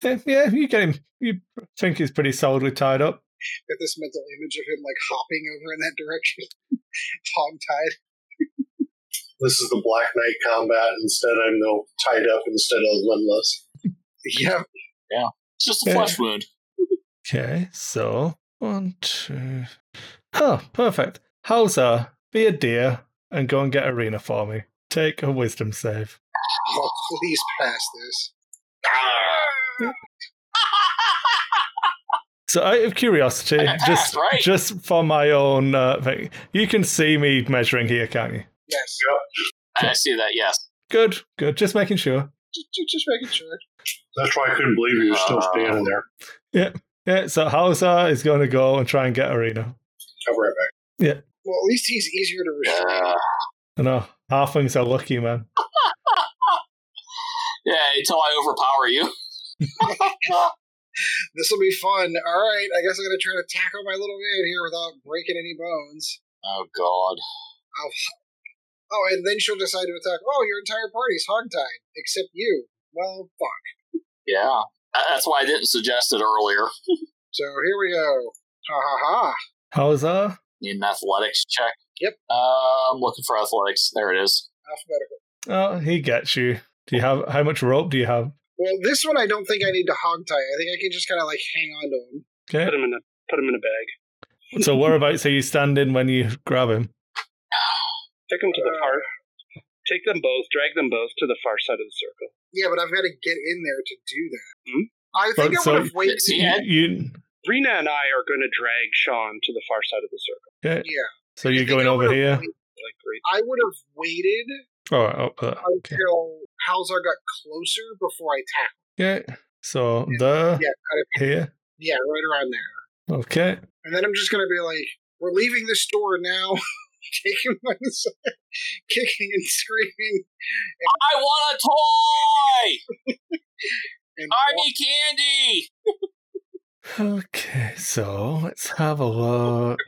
Speaker 1: Yeah, yeah, you get him. You think he's pretty solidly tied up.
Speaker 2: Got this mental image of him like hopping over in that direction, hog tied.
Speaker 3: This is the Black Knight combat. Instead, I'm no tied up instead of limbless.
Speaker 2: Yeah.
Speaker 4: Yeah. It's just a
Speaker 1: Yeah.
Speaker 4: flesh wound.
Speaker 1: Okay, so one, two. Oh, perfect. Hauser, be a deer and go and get Arena for me. Take a wisdom save.
Speaker 2: Oh, please pass this.
Speaker 1: So, out of curiosity,
Speaker 4: I
Speaker 1: just
Speaker 4: passed, right?
Speaker 1: just for my own uh, thing, you can see me measuring here, can't you?
Speaker 2: Yes.
Speaker 4: I see that, yes.
Speaker 1: Good, good. Just making sure.
Speaker 2: Just, just, just making sure.
Speaker 3: That's why I couldn't believe you were still
Speaker 4: Uh,
Speaker 3: standing there.
Speaker 1: Yeah. So Hauser is going to go and try and get Arena.
Speaker 3: I'll be right back.
Speaker 2: Well, at least he's easier to restrain.
Speaker 4: Uh,
Speaker 1: I know halflings are lucky, man.
Speaker 4: yeah, until I overpower you.
Speaker 2: This will be fun. All right, I guess I'm gonna try to tackle my little man here without breaking any bones.
Speaker 4: oh, God.
Speaker 2: Oh, and then she'll decide to attack. Oh, your entire party's hogtied except you. Well, fuck.
Speaker 4: Yeah. That- That's why I didn't suggest it earlier.
Speaker 2: So here we go. Ha ha ha.
Speaker 1: Hauser,
Speaker 4: Need an athletics check.
Speaker 2: Yep.
Speaker 4: Uh, I'm looking for athletics. There it is.
Speaker 2: Alphabetical.
Speaker 1: oh, he gets you. Do you have how much rope do you have?
Speaker 2: Well, this one I don't think I need to hogtie. I think I can just kind of like hang on to him.
Speaker 1: Okay.
Speaker 5: Put him in a put him in a bag.
Speaker 1: So whereabouts are you standing when you grab him?
Speaker 5: Take him to the
Speaker 2: Uh,
Speaker 5: far. Take them both. Drag them both to the far side of the circle.
Speaker 2: Yeah, but I've got to get in there to do that.
Speaker 5: Hmm?
Speaker 2: I think
Speaker 1: But
Speaker 2: I would
Speaker 1: so-
Speaker 2: have waited.
Speaker 4: See,
Speaker 1: You-
Speaker 4: Ed?
Speaker 1: you
Speaker 5: Rena and I are going to drag Sean to the far side of the circle.
Speaker 1: okay.
Speaker 2: Yeah,
Speaker 1: So you're
Speaker 2: I think
Speaker 1: going
Speaker 2: I
Speaker 1: over
Speaker 2: would've
Speaker 1: here?
Speaker 2: waited-
Speaker 5: Like great.
Speaker 2: I would have waited
Speaker 1: All right, up there. Okay.
Speaker 2: until Halzar got closer before I tackled.
Speaker 1: Okay. So there,
Speaker 2: Yeah, kind of,
Speaker 1: here.
Speaker 2: yeah, right around there.
Speaker 1: Okay.
Speaker 2: And then I'm just gonna be like, "We're leaving the store now." Taking my son, kicking and screaming,
Speaker 4: I want a toy!
Speaker 2: and
Speaker 4: I
Speaker 2: walk-
Speaker 4: need candy!
Speaker 1: Okay. So let's have a look.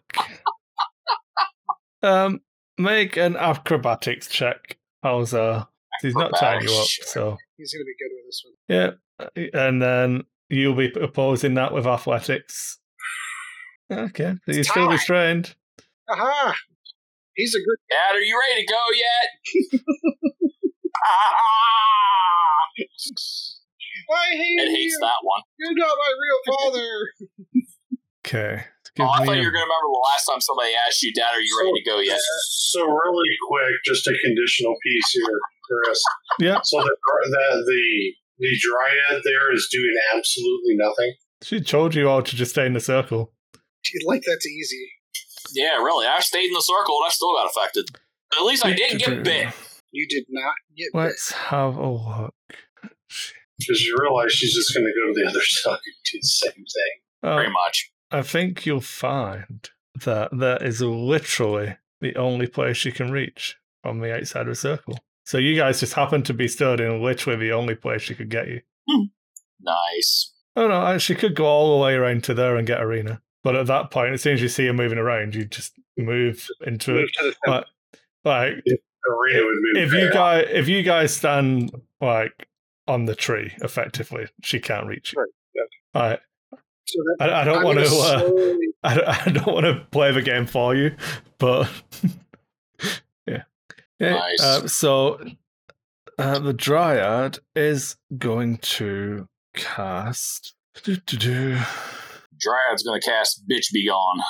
Speaker 1: um, make an acrobatics check, Hauser. He's not tying you up,
Speaker 4: Acrobatics check.
Speaker 1: so
Speaker 2: he's gonna be good with this one.
Speaker 1: yeah. And then you'll be opposing that with athletics. Okay. So you're still
Speaker 2: tied.
Speaker 1: restrained.
Speaker 2: Aha! He's a good.
Speaker 4: Dad, are you ready to go yet? ah,
Speaker 2: I hate
Speaker 4: Ed hates
Speaker 2: you.
Speaker 4: that one.
Speaker 2: You're not my real father.
Speaker 1: Okay.
Speaker 4: Oh, I
Speaker 1: Give
Speaker 4: thought
Speaker 1: me
Speaker 4: you were
Speaker 1: a-
Speaker 4: going to remember the last time somebody asked you, Dad, are you ready to go yet?
Speaker 3: So really quick, just a conditional piece here, Chris.
Speaker 1: Yeah.
Speaker 3: So the the the, the dryad there is doing absolutely nothing.
Speaker 1: She told you all to just stay in the circle.
Speaker 2: Dude, like that's easy.
Speaker 4: Yeah, really. I stayed in the circle and I still got affected. At least I didn't get bit.
Speaker 2: You did not get this.
Speaker 1: Let's have a look.
Speaker 3: Because you realize she's just going to go to the other side and do the same thing.
Speaker 1: Um,
Speaker 4: Pretty much.
Speaker 1: I think you'll find that that is literally the only place you can reach from the outside of the circle. So you guys just happen to be stood in literally the only place she could get you.
Speaker 4: Nice.
Speaker 1: Oh no, I- she could go all the way around to there and get Arena. But at that point, as soon as you see her moving around, you just move into
Speaker 5: Move
Speaker 1: it.
Speaker 5: to the center.
Speaker 1: Like, like
Speaker 3: Arena would move.
Speaker 1: if you
Speaker 3: back.
Speaker 1: guys if you guys stand like on the tree, effectively, she can't reach you.
Speaker 5: Right, yeah.
Speaker 1: All right.
Speaker 2: So that,
Speaker 1: I, I don't
Speaker 2: I'm
Speaker 1: want to.
Speaker 2: gonna
Speaker 1: Uh,
Speaker 2: slowly
Speaker 1: I don't, I don't want to play the game for you, but yeah. Yeah,
Speaker 4: Nice.
Speaker 1: uh, so uh, the Dryad is going to cast. Do-do-do.
Speaker 4: Dryad's going to cast Bitch Be Gone.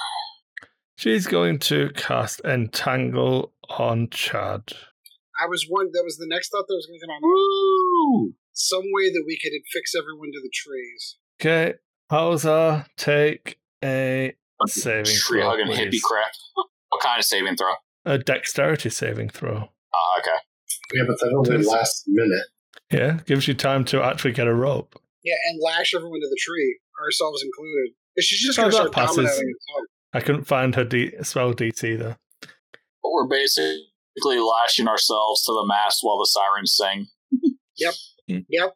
Speaker 1: She's going to cast Entangle on Chad.
Speaker 2: I was one. That was the next thought that was going to come out.
Speaker 4: Woo!
Speaker 2: Some way that we could fix everyone to the trees.
Speaker 1: Okay, Hauser, take a saving
Speaker 4: Tree
Speaker 1: throw,
Speaker 4: hugging hippie
Speaker 1: please.
Speaker 4: crap. What kind of saving throw?
Speaker 1: a dexterity saving throw.
Speaker 4: Ah, okay.
Speaker 3: yeah, but that only lasts a minute.
Speaker 1: Yeah, gives you time to actually get a rope.
Speaker 2: Yeah, and lash everyone to the tree, ourselves included. But she's just
Speaker 1: Oh,
Speaker 2: going to
Speaker 1: that
Speaker 2: start
Speaker 1: passes.
Speaker 2: dominating. us all.
Speaker 1: I couldn't find her D- spell DT though.
Speaker 4: But we're basically lashing ourselves to the mast while the sirens sing.
Speaker 2: Yep,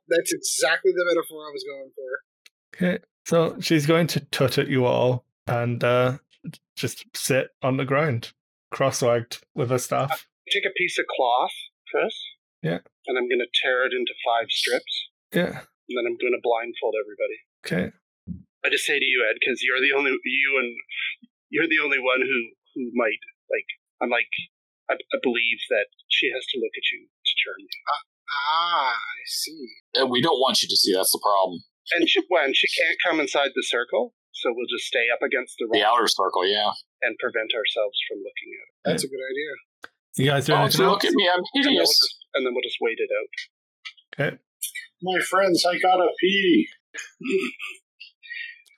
Speaker 2: that's exactly the metaphor I was going for.
Speaker 1: Okay, so she's going to tut at you all and uh, just sit on the ground, cross-legged with her staff.
Speaker 5: Take a piece of cloth, Chris.
Speaker 1: Yeah.
Speaker 5: And I'm going to tear it into five strips,
Speaker 1: Yeah.
Speaker 5: and then I'm going to blindfold everybody.
Speaker 1: Okay.
Speaker 5: I just say to you, Ed, because you're the only you and you're the only one who who might like. I'm like, I, I believe that she has to look at you to charm you.
Speaker 2: Ah, I see.
Speaker 4: And we don't want you to see. That's the problem.
Speaker 5: And she, when she can't come inside the circle, so we'll just stay up against the
Speaker 4: The
Speaker 5: rock
Speaker 4: outer circle, yeah.
Speaker 5: and prevent ourselves from looking at it.
Speaker 2: That's a good idea.
Speaker 1: You guys do
Speaker 4: Oh,
Speaker 1: anything else?
Speaker 4: look at me, I'm
Speaker 5: And then, we'll
Speaker 4: hideous.
Speaker 5: just, and then we'll just wait it out.
Speaker 3: My friends, I gotta pee.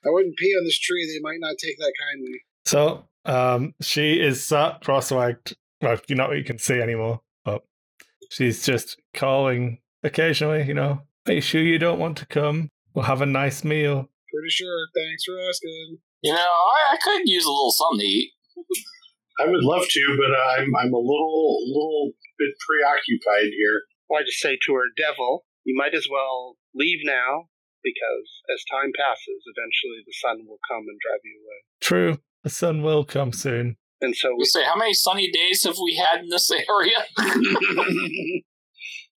Speaker 2: I wouldn't pee on this tree. They might not take that kindly.
Speaker 1: So um, she is sat cross-legged. Well, you're not what you can see anymore, but she's just calling occasionally. You know, are you sure you don't want to come? We'll have a nice meal.
Speaker 2: Pretty sure. Thanks for asking.
Speaker 4: You know, I, I could use a little something to eat.
Speaker 3: I would love to, but uh, I'm I'm a little little bit preoccupied here.
Speaker 5: Well, I just say to her, Devil, you might as well leave now, because as time passes, eventually the sun will come and drive you away.
Speaker 1: True, the sun will come soon.
Speaker 5: And so
Speaker 4: You say, how many sunny days have we had in this area?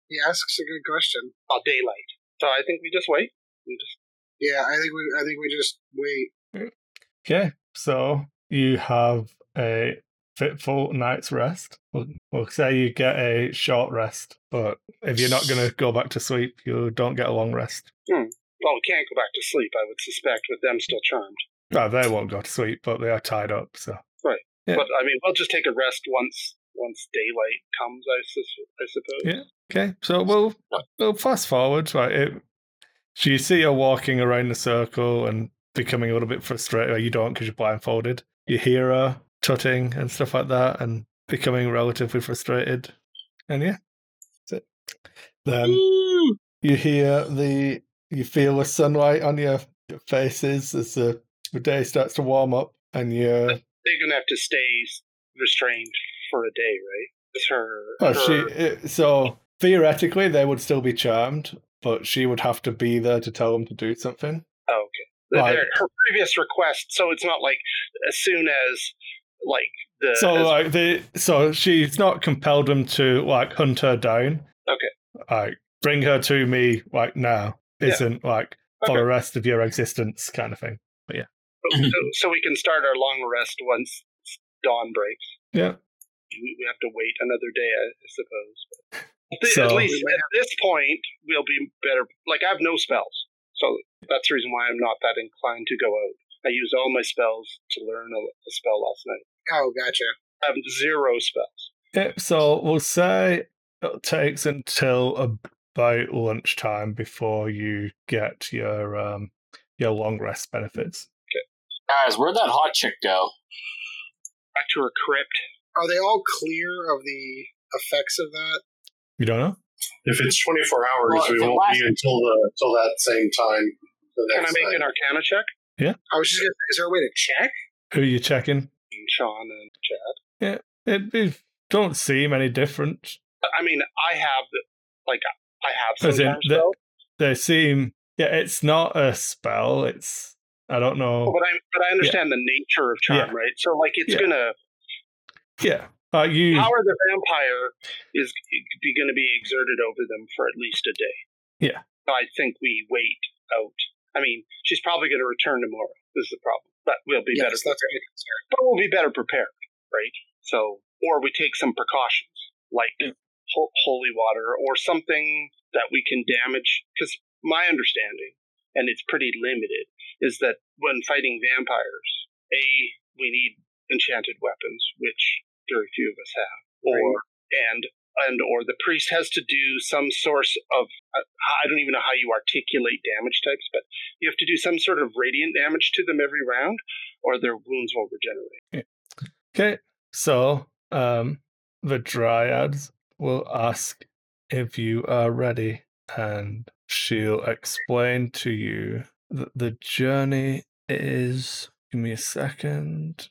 Speaker 2: He asks a good question.
Speaker 5: all daylight. So I think we just wait. We just
Speaker 2: Yeah, I think we. I think we just wait.
Speaker 1: Okay, so you have a fitful night's rest. We'll, we'll say you get a short rest, but if you're not going to go back to sleep, you don't get a long rest.
Speaker 5: well, we can't go back to sleep. I would suspect with them still charmed.
Speaker 1: Oh, they won't go to sleep, but they are tied up. So Yeah.
Speaker 5: But I mean, we'll just take a rest once once daylight comes. I, sus- I suppose.
Speaker 1: Yeah. okay, so we'll we'll fast forward. Right, it, so you see her walking around the circle and becoming a little bit frustrated. Well, you don't because you're blindfolded. You hear her tutting and stuff like that, and becoming relatively frustrated. And yeah, that's it. Then.
Speaker 4: Ooh.
Speaker 1: you hear the you feel the sunlight on your faces as the, the day starts to warm up and you're
Speaker 5: They're gonna have to stay s- restrained for a day, right? It's her.
Speaker 1: oh, she,
Speaker 5: her
Speaker 1: it, so theoretically they would still be charmed but she would have to be there to tell them to do something
Speaker 5: Oh, okay. The-
Speaker 1: Right.
Speaker 5: their- her previous request, so it's not like as soon as like the
Speaker 1: so uh,
Speaker 5: as-
Speaker 1: like the so she's not compelled them to like hunt her down
Speaker 5: Okay.
Speaker 1: like bring her to me like now
Speaker 5: Yeah.
Speaker 1: isn't like for
Speaker 5: Okay.
Speaker 1: the rest of your existence kind of thing
Speaker 5: so, so we can start our long rest once dawn breaks.
Speaker 1: yeah
Speaker 5: We, we have to wait another day, I suppose. But th- at
Speaker 1: So-
Speaker 5: least at this point, we'll be better. Like I have no spells, so that's the reason why I'm not that inclined to go out. I used all my spells to learn a, a spell last night.
Speaker 2: Oh, gotcha.
Speaker 5: I have zero spells.
Speaker 1: Yeah, so we'll say it takes until about lunchtime before you get your um your long rest benefits.
Speaker 4: Guys, where'd that hot chick go?
Speaker 5: Back to her crypt.
Speaker 2: Are they all clear of the effects of that?
Speaker 1: You don't know?
Speaker 3: If it's 24 hours,
Speaker 4: Well,
Speaker 3: we
Speaker 4: the
Speaker 3: won't
Speaker 4: last-
Speaker 3: be until the until that same time. The
Speaker 5: Can I
Speaker 3: next
Speaker 5: make
Speaker 3: night.
Speaker 5: an Arcana check?
Speaker 2: I was just. Gonna, is there a way to check?
Speaker 1: Who are you checking?
Speaker 5: Sean and Chad.
Speaker 1: It, it don't seem any different.
Speaker 5: I mean, I have the- like I have some
Speaker 1: As in
Speaker 5: kind of
Speaker 1: the-
Speaker 5: spell,
Speaker 1: They seem yeah, it's not a spell, it's I don't know.
Speaker 5: but I but I understand the nature of charm,
Speaker 1: oh, Yeah.
Speaker 5: right? So like it's
Speaker 1: Yeah.
Speaker 5: gonna
Speaker 1: Yeah. Uh, you
Speaker 5: power of the vampire is be going to be exerted over them for at least a day.
Speaker 1: Yeah.
Speaker 5: So I think we wait out. I mean, she's probably going to return tomorrow. Is the problem? But we'll be better.
Speaker 2: yes, that's a good concern.
Speaker 5: But we'll be better prepared, right? So, or we take some precautions like ho- holy water or something that we can damage. Because my understanding, and it's pretty limited, is that when fighting vampires, a we need enchanted weapons, which very few of us have, or and and or the priest has to do some source of uh, I don't even know how you articulate damage types, but you have to do some sort of radiant damage to them every round or their wounds will regenerate.
Speaker 1: Okay. So um the dryads will ask if you are ready and she'll explain to you that the journey is give me a second.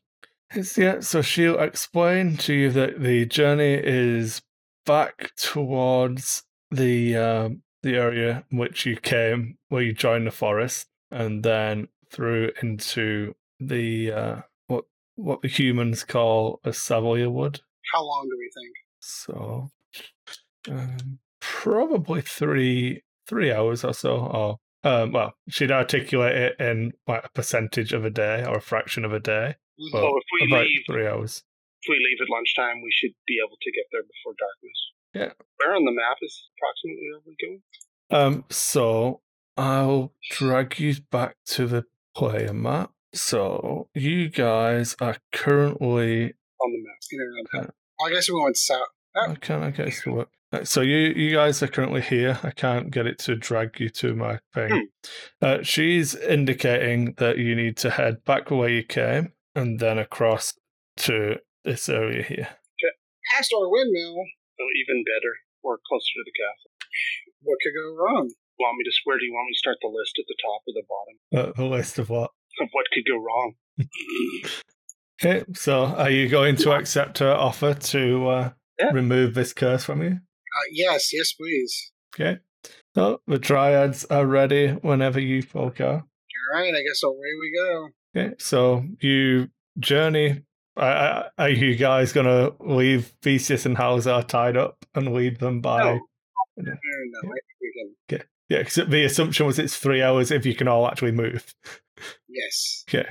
Speaker 1: It's yeah, so she'll explain to you that the journey is back towards the um the area in which you came where you joined the forest and then through into the uh what what the humans call a Savoy wood.
Speaker 2: How long do we think?
Speaker 1: So um, probably three three hours or so. Or um, well, she'd articulate it in like a percentage of a day or a fraction of a day.
Speaker 5: So
Speaker 1: Well,
Speaker 5: if we
Speaker 1: about
Speaker 5: leave,
Speaker 1: three hours.
Speaker 5: if we leave at lunchtime, we should be able to get there before darkness.
Speaker 1: Yeah.
Speaker 5: Where on the map is approximately where we're going?
Speaker 1: Um, so I'll drag you back to the player map. So you guys are currently.
Speaker 2: on the map. Get around that.
Speaker 1: Hmm.
Speaker 2: I guess we went south.
Speaker 1: I can't I get it to work. Uh, So you you guys are currently here. I can't get it to drag you to my thing. Uh, she's indicating that you need to head back where you came and then across to this area here.
Speaker 2: Past our windmill,
Speaker 5: So Oh, even better, we're closer to the castle.
Speaker 2: what could go wrong?
Speaker 5: Want me to? Where do you want me to start the list? At the top or the
Speaker 1: Uh,
Speaker 5: bottom
Speaker 1: the list of what?
Speaker 5: of what could go wrong?
Speaker 1: Okay, so are you going to accept her offer to uh,
Speaker 5: Yeah.
Speaker 1: remove this curse from you?
Speaker 2: Uh, yes, yes, please.
Speaker 1: Okay. So the dryads are ready whenever you folk are.
Speaker 2: All right, I guess away we go.
Speaker 1: Okay, so you journey. I- I- Are you guys going to leave Theseus and Hauser tied up and lead them by?
Speaker 2: No. No, no, no, I think we can.
Speaker 1: Yeah, 'cause the assumption was it's three hours if you can all actually move.
Speaker 2: Yes.
Speaker 1: Okay.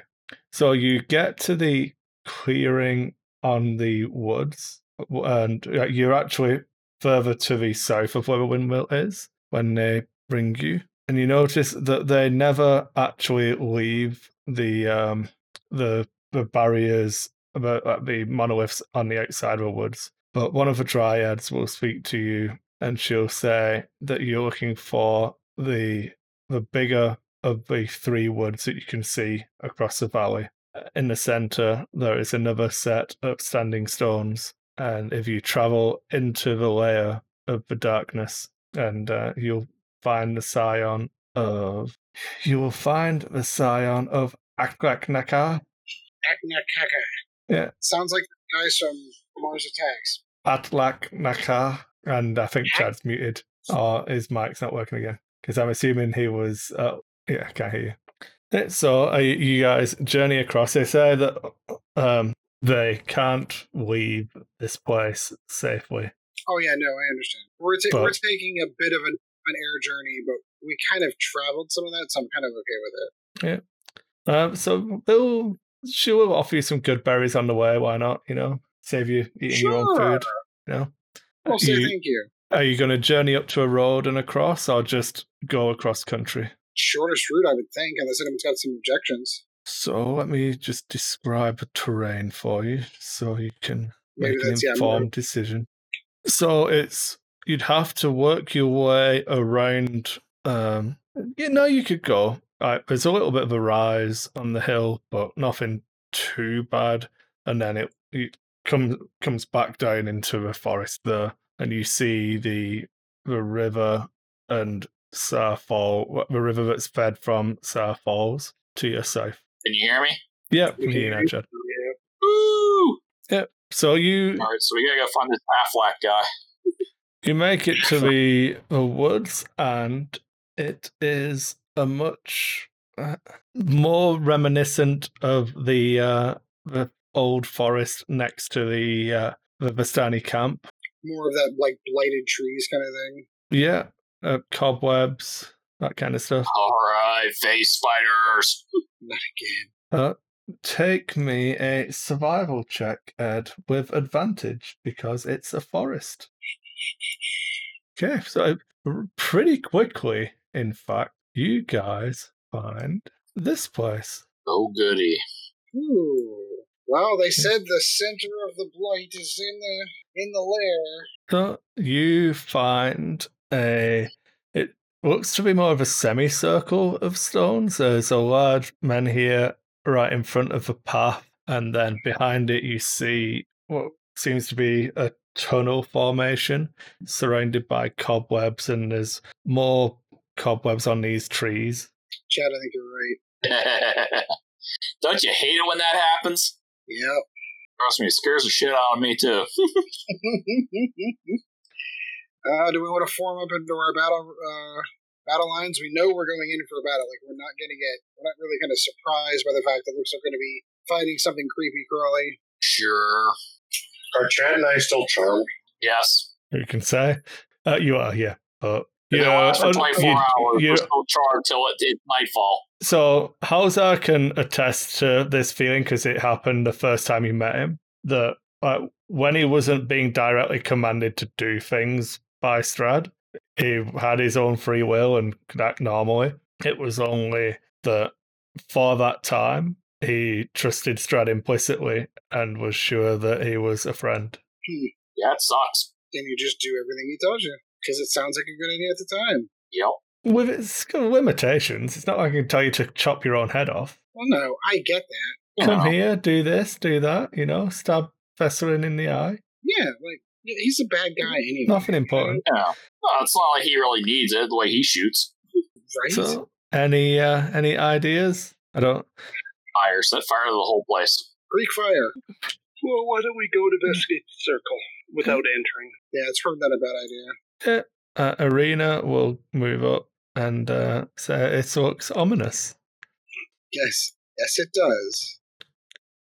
Speaker 1: So you get to the clearing on the woods, and uh, you're actually further to the south of where the windmill is when they bring you. And you notice that they never actually leave the um, the the barriers, the, uh, the monoliths on the outside of the woods. But one of the dryads will speak to you, and she'll say that you're looking for the the bigger of the three woods that you can see across the valley. Uh, In the center, there is another set of standing stones, and if you travel into the layer of the darkness, and uh, you'll find the scion of, you will find the scion of Aklaknaka,
Speaker 2: Aknakaka.
Speaker 1: Yeah.
Speaker 2: Sounds like the guys from Mars Attacks.
Speaker 1: Atlaknaka, and I think Chad's muted, or his mic's not working again because I'm assuming he was. Uh, yeah, I can't hear you. Yeah, So uh, you guys journey across. They say that um, they can't leave this place safely.
Speaker 2: Oh yeah, no, I understand. We're ta-
Speaker 1: But-
Speaker 2: we're taking a bit of an, an air journey, but we kind of traveled some of that, so I'm kind of okay with it.
Speaker 1: Um, so they'll she will offer you some good berries on the way. Why not? You know, save you eating your own
Speaker 2: Sure.
Speaker 1: food. You know,
Speaker 2: We'll say
Speaker 1: You-
Speaker 2: thank you.
Speaker 1: are you going to journey up to a road and across, or just go across country?
Speaker 2: Shortest route, I would think, unless anyone's got some objections.
Speaker 1: So let me just describe the terrain for you so you can
Speaker 2: Maybe
Speaker 1: make an
Speaker 2: that's yeah.
Speaker 1: informed decision. So it's you'd have to work your way around um you know you could go. Like, there's a little bit of a rise on the hill, but nothing too bad. And then it, it comes comes back down into the forest there and you see the the river and Sar Fall the river that's fed from Sar Falls to your south.
Speaker 4: Can you hear me?
Speaker 1: Yeah,
Speaker 2: We can
Speaker 1: you know,
Speaker 2: hear you.
Speaker 1: Chad.
Speaker 2: Yeah.
Speaker 4: Woo!
Speaker 1: So you
Speaker 4: All right, so we gotta go find this Aflac guy.
Speaker 1: You make it to the, the woods, and it is a much uh, more reminiscent of the uh, the old forest next to the uh, the Vistani camp.
Speaker 2: More of that like blighted trees kind of thing.
Speaker 1: Yeah, uh, cobwebs, that kind of stuff.
Speaker 4: All right, face spiders.
Speaker 2: Not again.
Speaker 1: Uh, take me a survival check, Ed, with advantage because it's a forest. Okay, so r- pretty quickly, in fact, you guys find this place.
Speaker 4: Oh goody.
Speaker 2: Ooh. Well, they said the center of the blight is in the in the lair.
Speaker 1: So you find a. It looks to be more of a semicircle of stones. There's a large man here right in front of the path, and then behind it, you see what seems to be a tunnel formation surrounded by cobwebs, and there's more cobwebs on these trees.
Speaker 2: Chad, I think you're right.
Speaker 4: Don't you hate it when that happens?
Speaker 2: Yep.
Speaker 4: Trust me, it scares the shit out of me too.
Speaker 2: uh, do we want to form up into our battle uh, battle lines? We know we're going in for a battle. Like we're not going to get. We're not really kind of surprised by the fact that looks like we're going to be fighting something creepy crawly.
Speaker 4: Sure.
Speaker 3: Are Chad and I still charmed?
Speaker 4: Yes.
Speaker 1: You can say uh, you are, yeah, but
Speaker 4: It lasts for
Speaker 1: un- uh,
Speaker 4: 24
Speaker 1: you-
Speaker 4: hours.
Speaker 1: you-
Speaker 4: We're still charred till it, it's nightfall.
Speaker 1: So Hauser can attest to this feeling because it happened the first time you met him. uh, That like, when he wasn't being directly commanded to do things by Strad, he had his own free will and could act normally. It was only that for that time he trusted Strad implicitly and was sure that he was a friend.
Speaker 4: Yeah, it sucks.
Speaker 2: Hmm. Then you just do everything he tells you because it sounds like a good idea at the time.
Speaker 4: Yep.
Speaker 1: With its limitations, it's not like I can tell you to chop your own head off.
Speaker 2: Well, no, I get that.
Speaker 4: You
Speaker 1: Come
Speaker 4: know.
Speaker 1: here, do this, do that, you know, stab Fesserin in the eye.
Speaker 2: Yeah, like yeah, he's a bad guy anyway.
Speaker 1: Nothing important.
Speaker 4: Yeah. Well, it's not like he really needs it the way he shoots.
Speaker 2: right?
Speaker 1: So, any uh, any ideas? I don't.
Speaker 4: Fire, set fire to the whole place.
Speaker 2: Greek fire.
Speaker 5: Well, why don't we go to investigate the circle without entering?
Speaker 2: Yeah, it's probably not a bad idea.
Speaker 1: Uh, Arena will move up and uh, say it looks ominous.
Speaker 2: Yes, yes, it does.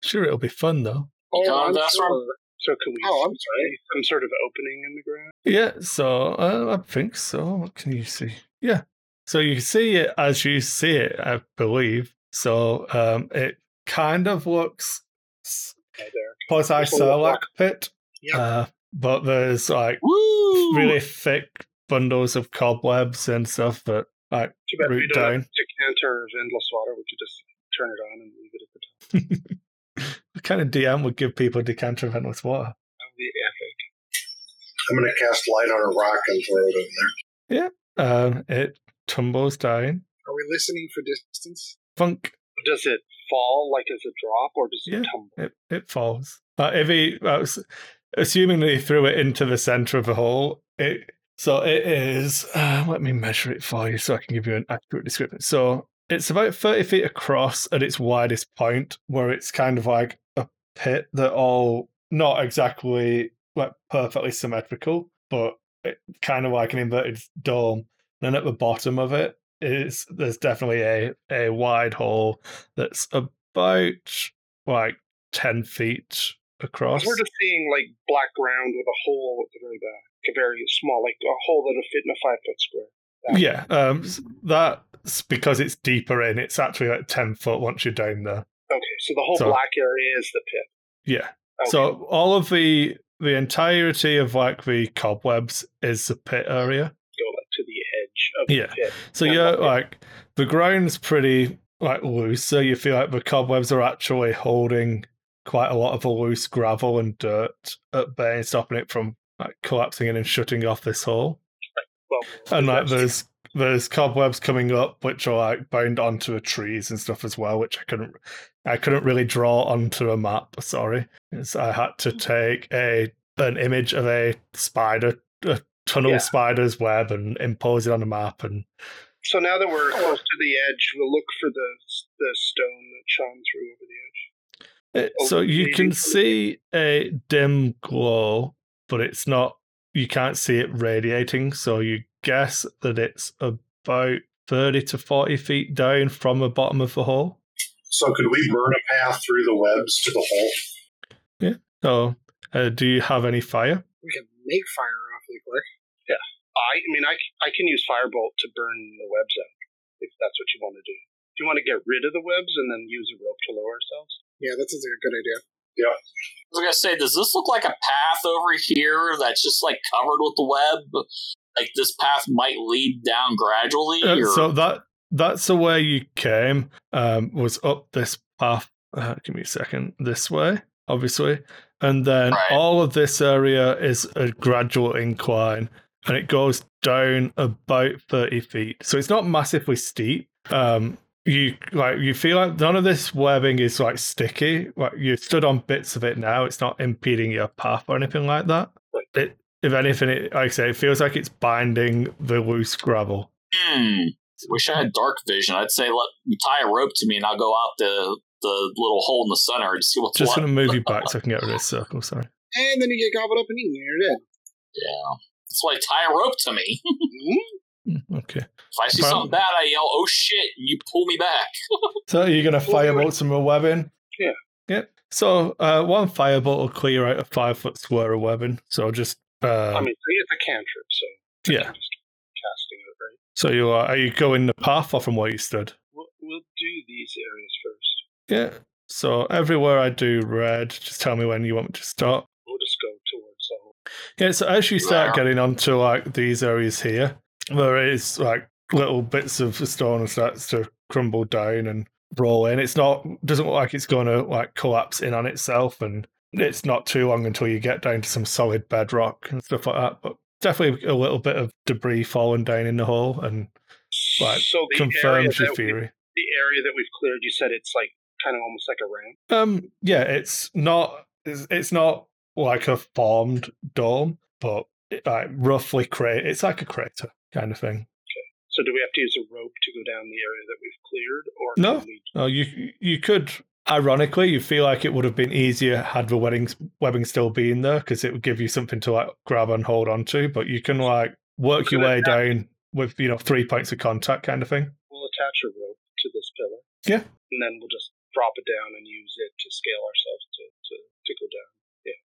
Speaker 1: Sure, it'll be fun though.
Speaker 4: You
Speaker 2: Oh,
Speaker 4: come
Speaker 2: I'm
Speaker 4: to us from-
Speaker 2: sure.
Speaker 5: So can we
Speaker 2: Oh, I'm
Speaker 5: see some sort of opening in the ground?
Speaker 1: Yeah, so uh, I think so. What can you see? Yeah, so you can see it as you see it, I believe. So um, it kind of looks s-
Speaker 5: Hi there.
Speaker 1: quasi sarlacc pit,
Speaker 2: Yeah.
Speaker 1: uh, but there's like
Speaker 4: Woo!
Speaker 1: really thick bundles of cobwebs and stuff that like
Speaker 5: Too bad we
Speaker 1: Root
Speaker 5: don't
Speaker 1: down.
Speaker 5: have decanter of endless water. We could just turn it on and leave it at the top
Speaker 1: what kind of DM would give people a decanter of endless water?
Speaker 5: of the epic.
Speaker 3: I'm going to cast light on a rock and throw it in there.
Speaker 1: Um, it tumbles down.
Speaker 2: Are we listening for distance?
Speaker 1: Funk
Speaker 5: Does it fall like as a drop or does
Speaker 1: Yeah.
Speaker 5: it tumble?
Speaker 1: It it falls. But if he, well, s- assuming that he threw it into the center of the hole, it so it is. Uh, let me measure it for you so I can give you an accurate description. So it's about thirty feet across at its widest point, where it's kind of like a pit that all not exactly like perfectly symmetrical, but it, kind of like an inverted dome. Then at the bottom of it is there's definitely a a wide hole that's about like 10 feet across.
Speaker 5: We're just seeing like black ground with a hole at the very back. A very small, like a hole that'll fit in a five foot square.
Speaker 1: Yeah, um, s- that's because it's deeper in. It's actually like 10 foot once you're down there.
Speaker 5: Okay, so the whole
Speaker 1: So-
Speaker 5: black area is the pit.
Speaker 1: Yeah.
Speaker 5: Oh, Okay.
Speaker 1: So all of the the entirety of like the cobwebs is the pit area.
Speaker 5: go like to the edge of
Speaker 1: Yeah.
Speaker 5: the pit.
Speaker 1: So
Speaker 5: Yeah,
Speaker 1: you're
Speaker 5: okay.
Speaker 1: like the ground's pretty like loose, so you feel like the cobwebs are actually holding quite a lot of the loose gravel and dirt at bay and stopping it from like collapsing in and shutting off this hole.
Speaker 5: Well,
Speaker 1: and like
Speaker 5: that's-
Speaker 1: there's there's cobwebs coming up which are like bound onto the trees and stuff as well which i couldn't i couldn't really draw onto a map sorry It's- i had
Speaker 5: Mm.
Speaker 1: to take a an image of a spider a tunnel
Speaker 5: Yeah.
Speaker 1: spider's web and impose it on a map and
Speaker 5: So now that we're close to the edge, we'll look for the the stone that shone through over the edge.
Speaker 1: it,
Speaker 5: Oh,
Speaker 1: so you
Speaker 5: maybe
Speaker 1: can
Speaker 5: from-
Speaker 1: see a dim glow but it's not you can't see it radiating so you guess that it's about 30 to 40 feet down from the bottom of the hole
Speaker 3: So could we burn a path through the webs to the hole?
Speaker 1: So, uh, do you have any fire?
Speaker 2: We can make fire awfully quick.
Speaker 5: I, I mean, I, c- I can use firebolt to burn the webs out if that's what you want to do. Do you want to get rid of the webs and then use a rope to lower ourselves?
Speaker 2: Yeah, that sounds like a good idea.
Speaker 4: I was gonna say, does this look like a path over here that's just like covered with the web? Like this path might lead down gradually.
Speaker 1: Uh,
Speaker 4: or,
Speaker 1: so that that's the way you came. Um, was up this path. Uh, give me a second. This way, obviously, and then
Speaker 4: Right.
Speaker 1: all of this area is a gradual incline, and it goes down about thirty feet. So it's not massively steep. Um, you like you feel like none of this webbing is like sticky. Like you stood on bits of it now. It's not impeding your path or anything like that. It, if anything, it, like I say, it feels like it's binding the loose gravel.
Speaker 4: Hmm. Wish I had dark vision. I'd say let you tie a rope to me and I'll go out the the little hole in the center and see what's
Speaker 1: Just
Speaker 4: what.
Speaker 1: going to move you back so I can get rid of this circle. Sorry.
Speaker 2: And then you get gobbled up and eaten. You're dead.
Speaker 4: Yeah. That's why tie a rope to me. if
Speaker 5: Hmm?
Speaker 2: Mhm.
Speaker 1: Mm, Okay.
Speaker 4: I see
Speaker 1: Fine.
Speaker 4: something bad, I yell, "Oh shit!" and you pull me back.
Speaker 1: So are you going to
Speaker 5: We'll do
Speaker 1: firebolt some more webbing?
Speaker 5: Yeah.
Speaker 1: Yep. So uh, one firebolt will clear out a five foot square of webbing. So just. Uh,
Speaker 5: I mean, it's a cantrip, so
Speaker 1: yeah.
Speaker 5: just casting it right.
Speaker 1: So you are, are you going the path or from where you stood?
Speaker 5: We'll, we'll do these areas
Speaker 1: Yeah.
Speaker 5: first.
Speaker 1: So everywhere I do red, just tell me when you want me to stop.
Speaker 2: uh,
Speaker 5: We'll just go towards the hole.
Speaker 1: Yeah, so as you start
Speaker 4: Wow.
Speaker 1: getting onto like these areas here, there is like little bits of the stone starts to crumble down and roll in. It's not doesn't look like it's going to like collapse in on itself, and it's not too long until you get down to some solid bedrock and stuff like that. But definitely a little bit of debris falling down in the hole and Right,
Speaker 5: So the area,
Speaker 1: confirms
Speaker 5: that
Speaker 1: your
Speaker 5: we,
Speaker 1: theory.
Speaker 5: the area that we've cleared, you said it's like kind of almost like a ramp.
Speaker 1: Um, yeah, it's not it's, it's not like a formed dome, but it, like roughly crater. It's like a crater kind of thing.
Speaker 5: So do we have to use a rope to go down the area that we've cleared, or
Speaker 1: No.
Speaker 5: can we
Speaker 1: Oh, you you could ironically you feel like it would have been easier had the wedding webbing still been there because it would give you something to like grab and hold on to. But you can like work your
Speaker 5: Could
Speaker 1: way down with you know three points of contact kind of thing.
Speaker 5: we'll attach a rope to this pillar?
Speaker 1: Yeah.
Speaker 5: and then we'll just drop it down and use it to scale ourselves to to, to go down.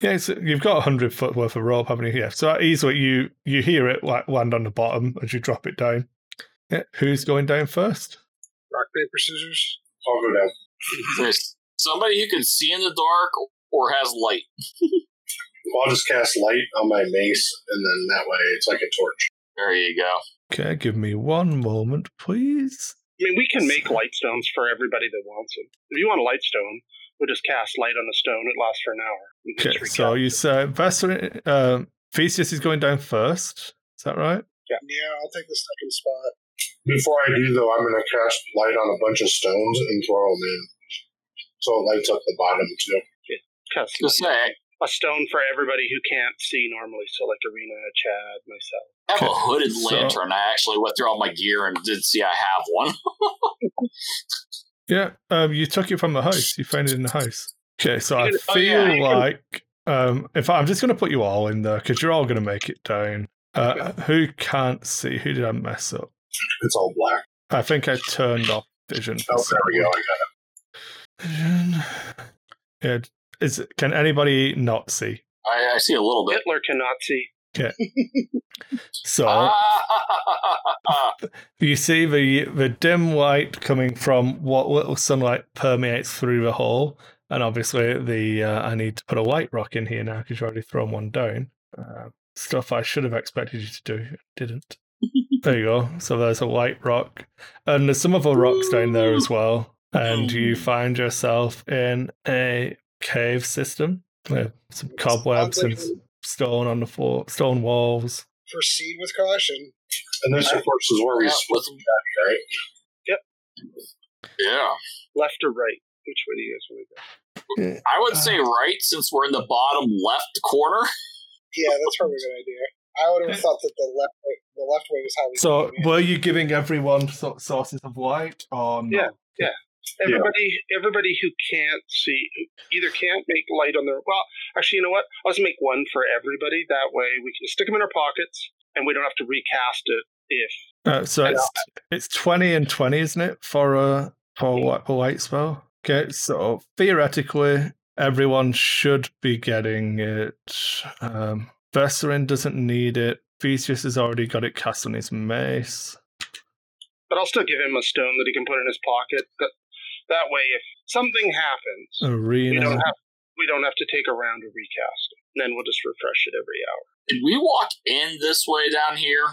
Speaker 1: Yeah, so you've got a hundred foot worth of rope, haven't you? Yeah, so that easily you you hear it like land on the bottom as you drop it down. Yeah, who's going down first?
Speaker 2: Rock, paper, scissors.
Speaker 3: I'll go down.
Speaker 4: There's somebody who can see in the dark or has light.
Speaker 3: I'll just cast light on my mace, and then that way it's like a torch.
Speaker 4: There you go.
Speaker 1: Okay, give me one moment, please.
Speaker 5: I mean, we can make light stones for everybody that wants them. If you want a light stone, we'll just cast light on the stone. It lasts for an hour. You can
Speaker 1: Okay,
Speaker 5: just
Speaker 1: so
Speaker 5: recap
Speaker 1: you
Speaker 5: it.
Speaker 1: say Vesser, um, Theseus is going down first. Is that right?
Speaker 2: Yeah, I'll take the second spot.
Speaker 3: Before I do, though, I'm going to cast light on a bunch of stones and throw them in. So it lights up the bottom, too.
Speaker 5: cast
Speaker 4: Just
Speaker 5: light.
Speaker 4: say,
Speaker 5: a stone for everybody who can't see normally. So like Arena, Chad, myself.
Speaker 4: I have a
Speaker 1: Okay,
Speaker 4: hooded
Speaker 1: so-
Speaker 4: lantern. I actually went through all my gear and did see I have one.
Speaker 1: Yeah, um, you took it from the house. You found it in the house. Okay, so I
Speaker 5: You-
Speaker 1: feel
Speaker 5: oh, yeah, you can-
Speaker 1: like, um, in fact, I'm just going to put you all in there because you're all going to make it down. Uh, who can't see? Who did I mess up?
Speaker 3: It's all black.
Speaker 1: I think I turned off vision. for
Speaker 3: Oh, there we go. I
Speaker 1: someone.
Speaker 3: got it.
Speaker 1: Vision. Yeah, is can anybody not see?
Speaker 4: I, I see a little bit.
Speaker 5: Hitler cannot see.
Speaker 1: So
Speaker 4: Ah,
Speaker 1: you see the the dim light coming from what little sunlight permeates through the hole, and obviously the uh, I need to put a light rock in here now because you've already thrown one down. Uh, stuff I should have expected you to do didn't. there you go. So there's a light rock, and there's some other rocks down there as well. And you find yourself in a cave system with some cobwebs and s- stone on the floor, stone walls.
Speaker 2: Proceed with caution.
Speaker 3: And this, of course, is where we
Speaker 5: Uh,
Speaker 4: yeah,
Speaker 3: split
Speaker 4: with-
Speaker 3: right?
Speaker 4: yeah.
Speaker 5: Left or right? Which way do you guys want to go?
Speaker 4: I would say right since we're in the bottom left corner.
Speaker 2: Yeah, that's probably a good idea. I would have thought that the left way, the left way was how we.
Speaker 1: So,
Speaker 2: came in.
Speaker 1: were you giving everyone sort sources of light or not?
Speaker 5: Yeah. Everybody, everybody who can't see, who either can't make light on their. Well, actually, you know what? I'll just make one for everybody. That way, we can stick them in our pockets, and we don't have to recast it. If
Speaker 1: Uh, so
Speaker 5: I
Speaker 1: it's it's twenty and twenty, isn't it, for a for a
Speaker 5: Mm.
Speaker 1: light, a light spell? Okay, so theoretically, everyone should be getting it. Um, Versarin doesn't need it. Theseus has already got it cast on his mace.
Speaker 5: but I'll still give him a stone that he can put in his pocket. That that way, if something happens, we
Speaker 1: Arena.
Speaker 5: don't have we don't have to take a round to recast it. And then we'll just refresh it every hour.
Speaker 4: Did we walk in this way down here?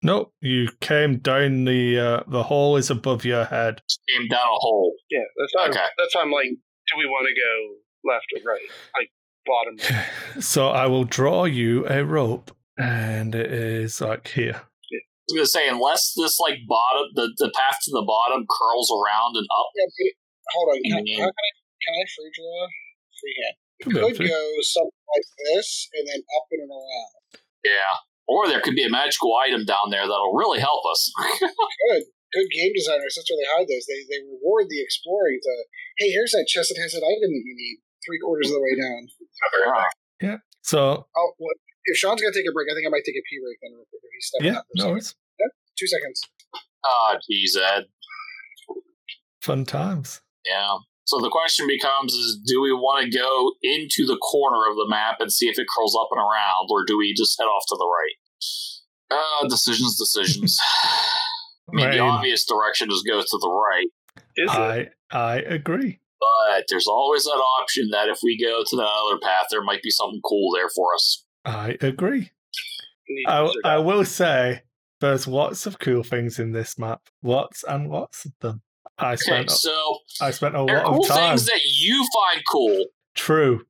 Speaker 1: Nope, you came down the uh, the hall is above your head.
Speaker 4: Came down a hole.
Speaker 5: Yeah, that's why
Speaker 4: Okay.
Speaker 5: that's why I'm like, do we want to go left or right? Like bottom. right.
Speaker 1: So I will draw you a rope, and it is like here.
Speaker 4: I was gonna say unless this like bottom the, the path to the bottom curls around and up.
Speaker 2: Yeah, but hold on. Can,
Speaker 1: Mm-hmm.
Speaker 2: I- how can
Speaker 4: Mhm.
Speaker 2: I can I free draw? Freehand.
Speaker 1: Could be up
Speaker 2: Could
Speaker 1: to you.
Speaker 2: go something like this and then up and around.
Speaker 4: Yeah. Or there could be a magical item down there that'll really help us.
Speaker 2: Good game designers. That's where they hide those. They they reward the exploring to hey, here's that chest that has that item that you need. Three quarters of the way down.
Speaker 1: So
Speaker 2: Oh, well, if Sean's gonna take a break, I think I might take a pee break then real quick if he's stepping
Speaker 1: yeah,
Speaker 2: out.
Speaker 1: no, it's
Speaker 2: Two seconds.
Speaker 4: Ah, geez, Ed.
Speaker 1: fun times.
Speaker 4: Yeah. So the question becomes is do we want to go into the corner of the map and see if it curls up and around, or do we just head off to the right? Uh decisions, decisions. I mean, the
Speaker 1: Rain.
Speaker 4: obvious direction is go to the right,
Speaker 5: Is it?
Speaker 1: I I agree.
Speaker 4: but there's always that option that if we go to that other path, there might be something cool there for us.
Speaker 1: I agree.
Speaker 5: Needs
Speaker 1: I,
Speaker 5: to-
Speaker 1: I will say there's lots of cool things in this map. Lots and lots of them. I
Speaker 4: Okay,
Speaker 1: spent
Speaker 4: so
Speaker 1: I spent a
Speaker 4: there
Speaker 1: lot
Speaker 4: are cool
Speaker 1: of time.
Speaker 4: things that you find cool.
Speaker 1: True.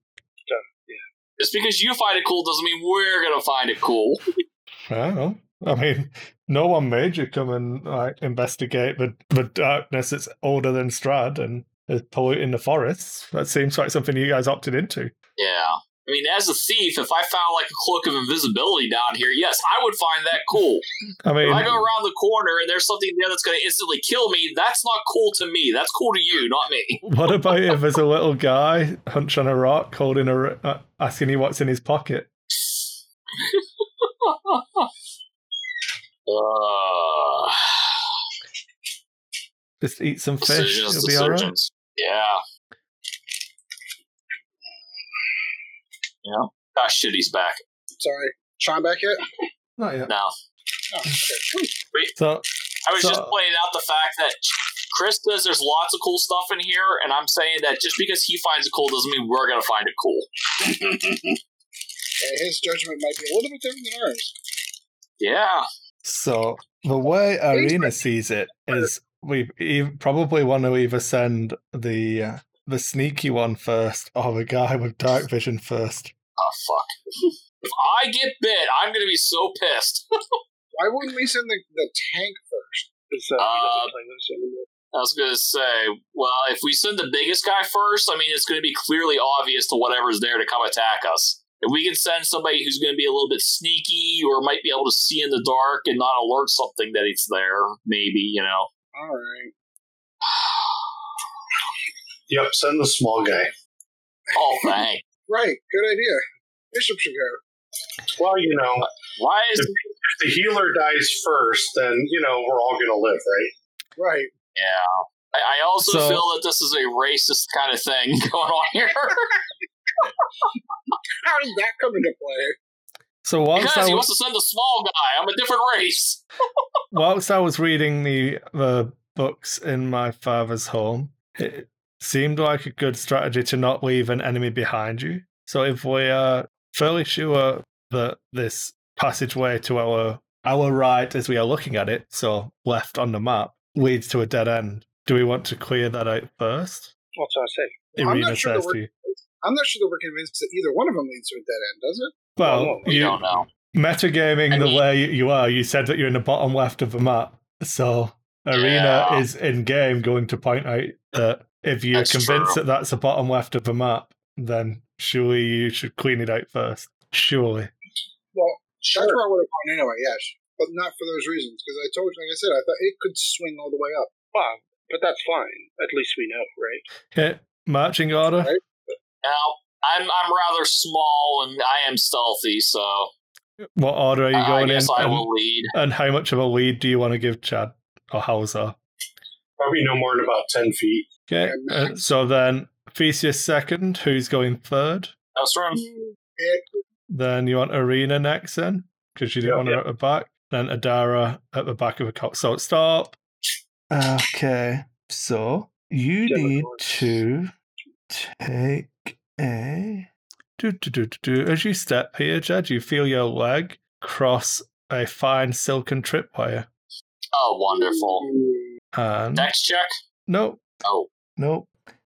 Speaker 4: Just because you find it cool doesn't mean we're gonna find it cool.
Speaker 1: I don't know. I mean, no one made you come and like investigate the, the darkness that's older than Strad and is polluting the forests. That seems like something you guys opted into.
Speaker 4: Yeah. I mean, as a thief, if I found like a cloak of invisibility down here, yes, I would find that cool.
Speaker 1: I mean,
Speaker 4: If I go around the corner and there's something there that's going to instantly kill me, that's not cool to me. That's cool to you, not me.
Speaker 1: what about if there's a little guy hunched on a rock, holding a r- uh, asking you what's in his pocket?
Speaker 4: Uh,
Speaker 1: Just eat some fish.
Speaker 4: decisions,
Speaker 1: It'll be all right.
Speaker 4: decisions. Yeah. Yeah. Ah, shit, he's back.
Speaker 2: Sorry. Sean back yet?
Speaker 1: Not yet.
Speaker 4: No.
Speaker 2: Oh, okay.
Speaker 1: So
Speaker 4: I was
Speaker 1: So-
Speaker 4: just pointing out the fact that Chris says there's lots of cool stuff in here, and I'm saying that just because he finds it cool doesn't mean we're going to find it cool.
Speaker 2: Uh, his judgment might be a little bit different than ours.
Speaker 4: Yeah.
Speaker 1: So the way Irina sees it is we e- probably want to either send the uh, the sneaky one first or the guy with dark vision first.
Speaker 4: Oh, fuck. if I get bit, I'm going to be so pissed.
Speaker 2: Why wouldn't we send the, the tank first?
Speaker 5: Is that he
Speaker 4: Uh,
Speaker 5: doesn't play this anymore?
Speaker 4: I was going to say, well, if we send the biggest guy first, I mean, it's going to be clearly obvious to whatever's there to come attack us. If we can send somebody who's going to be a little bit sneaky or might be able to see in the dark and not alert something that it's there, maybe, you know.
Speaker 2: All right.
Speaker 3: Yep, send the small guy.
Speaker 4: Oh, dang.
Speaker 2: Right. Good idea. Bishop should go.
Speaker 3: Well, you know,
Speaker 4: Why is.
Speaker 3: if the healer dies first, then, you know, we're all going to live, right?
Speaker 2: Right.
Speaker 4: Yeah. I, I also
Speaker 1: So-
Speaker 4: feel that this is a racist kind of thing going on here.
Speaker 2: How did that come into play?
Speaker 1: So whilst I,
Speaker 4: because he
Speaker 1: was,
Speaker 4: wants to send the small guy. I'm a different race.
Speaker 1: whilst I was reading the the books in my father's home, it seemed like a good strategy to not leave an enemy behind you. So if we are fairly sure that this passageway to our our right as we are looking at it, so left on the map, leads to a dead end. Do we want to clear that out first?
Speaker 5: That's what I say.
Speaker 2: I'm
Speaker 1: Irina
Speaker 2: not sure
Speaker 1: says
Speaker 2: that
Speaker 1: to you.
Speaker 2: I'm not sure that we're convinced that either one of them leads to a dead end, does it?
Speaker 1: Well,
Speaker 4: You
Speaker 1: you,
Speaker 4: don't know.
Speaker 1: metagaming
Speaker 4: I
Speaker 1: the
Speaker 4: mean-
Speaker 1: way you are, you said that you're in the bottom left of the map. So Arena
Speaker 4: Yeah.
Speaker 1: is in game going to point out that if you're
Speaker 4: That's
Speaker 1: convinced
Speaker 4: true.
Speaker 1: that that's the bottom left of the map, then surely you should clean it out first. Surely.
Speaker 2: That's where I would have gone anyway. Yes, but not for those reasons because I told you, like I said, I thought it could swing all the way up.
Speaker 5: Wow, but that's fine. At least we know, right?
Speaker 1: Okay, marching order.
Speaker 2: Right.
Speaker 4: Now, I'm I'm rather small and I am stealthy, so
Speaker 1: What order are you
Speaker 4: I
Speaker 1: going in?
Speaker 4: guess I
Speaker 1: And,
Speaker 4: will lead.
Speaker 1: and how much of a lead do you want to give Chad or Hauser?
Speaker 3: Probably no more than about 10 feet.
Speaker 1: Okay.
Speaker 2: Yeah,
Speaker 1: uh, so then Theseus second, who's going third?
Speaker 4: I was
Speaker 2: Mm-hmm.
Speaker 4: trying.
Speaker 2: It,
Speaker 1: Then you want Arena next, then because you didn't
Speaker 3: Yeah.
Speaker 1: want her at the back. Then Adara at the back of the cot. So stop. Okay, so you need to take a. Do, do, do, do, do. As you step here, Jed, you feel your leg cross a fine silken tripwire.
Speaker 4: Oh, wonderful.
Speaker 2: Mm-hmm.
Speaker 1: And
Speaker 4: Dex check.
Speaker 1: no,
Speaker 4: Oh,
Speaker 1: no.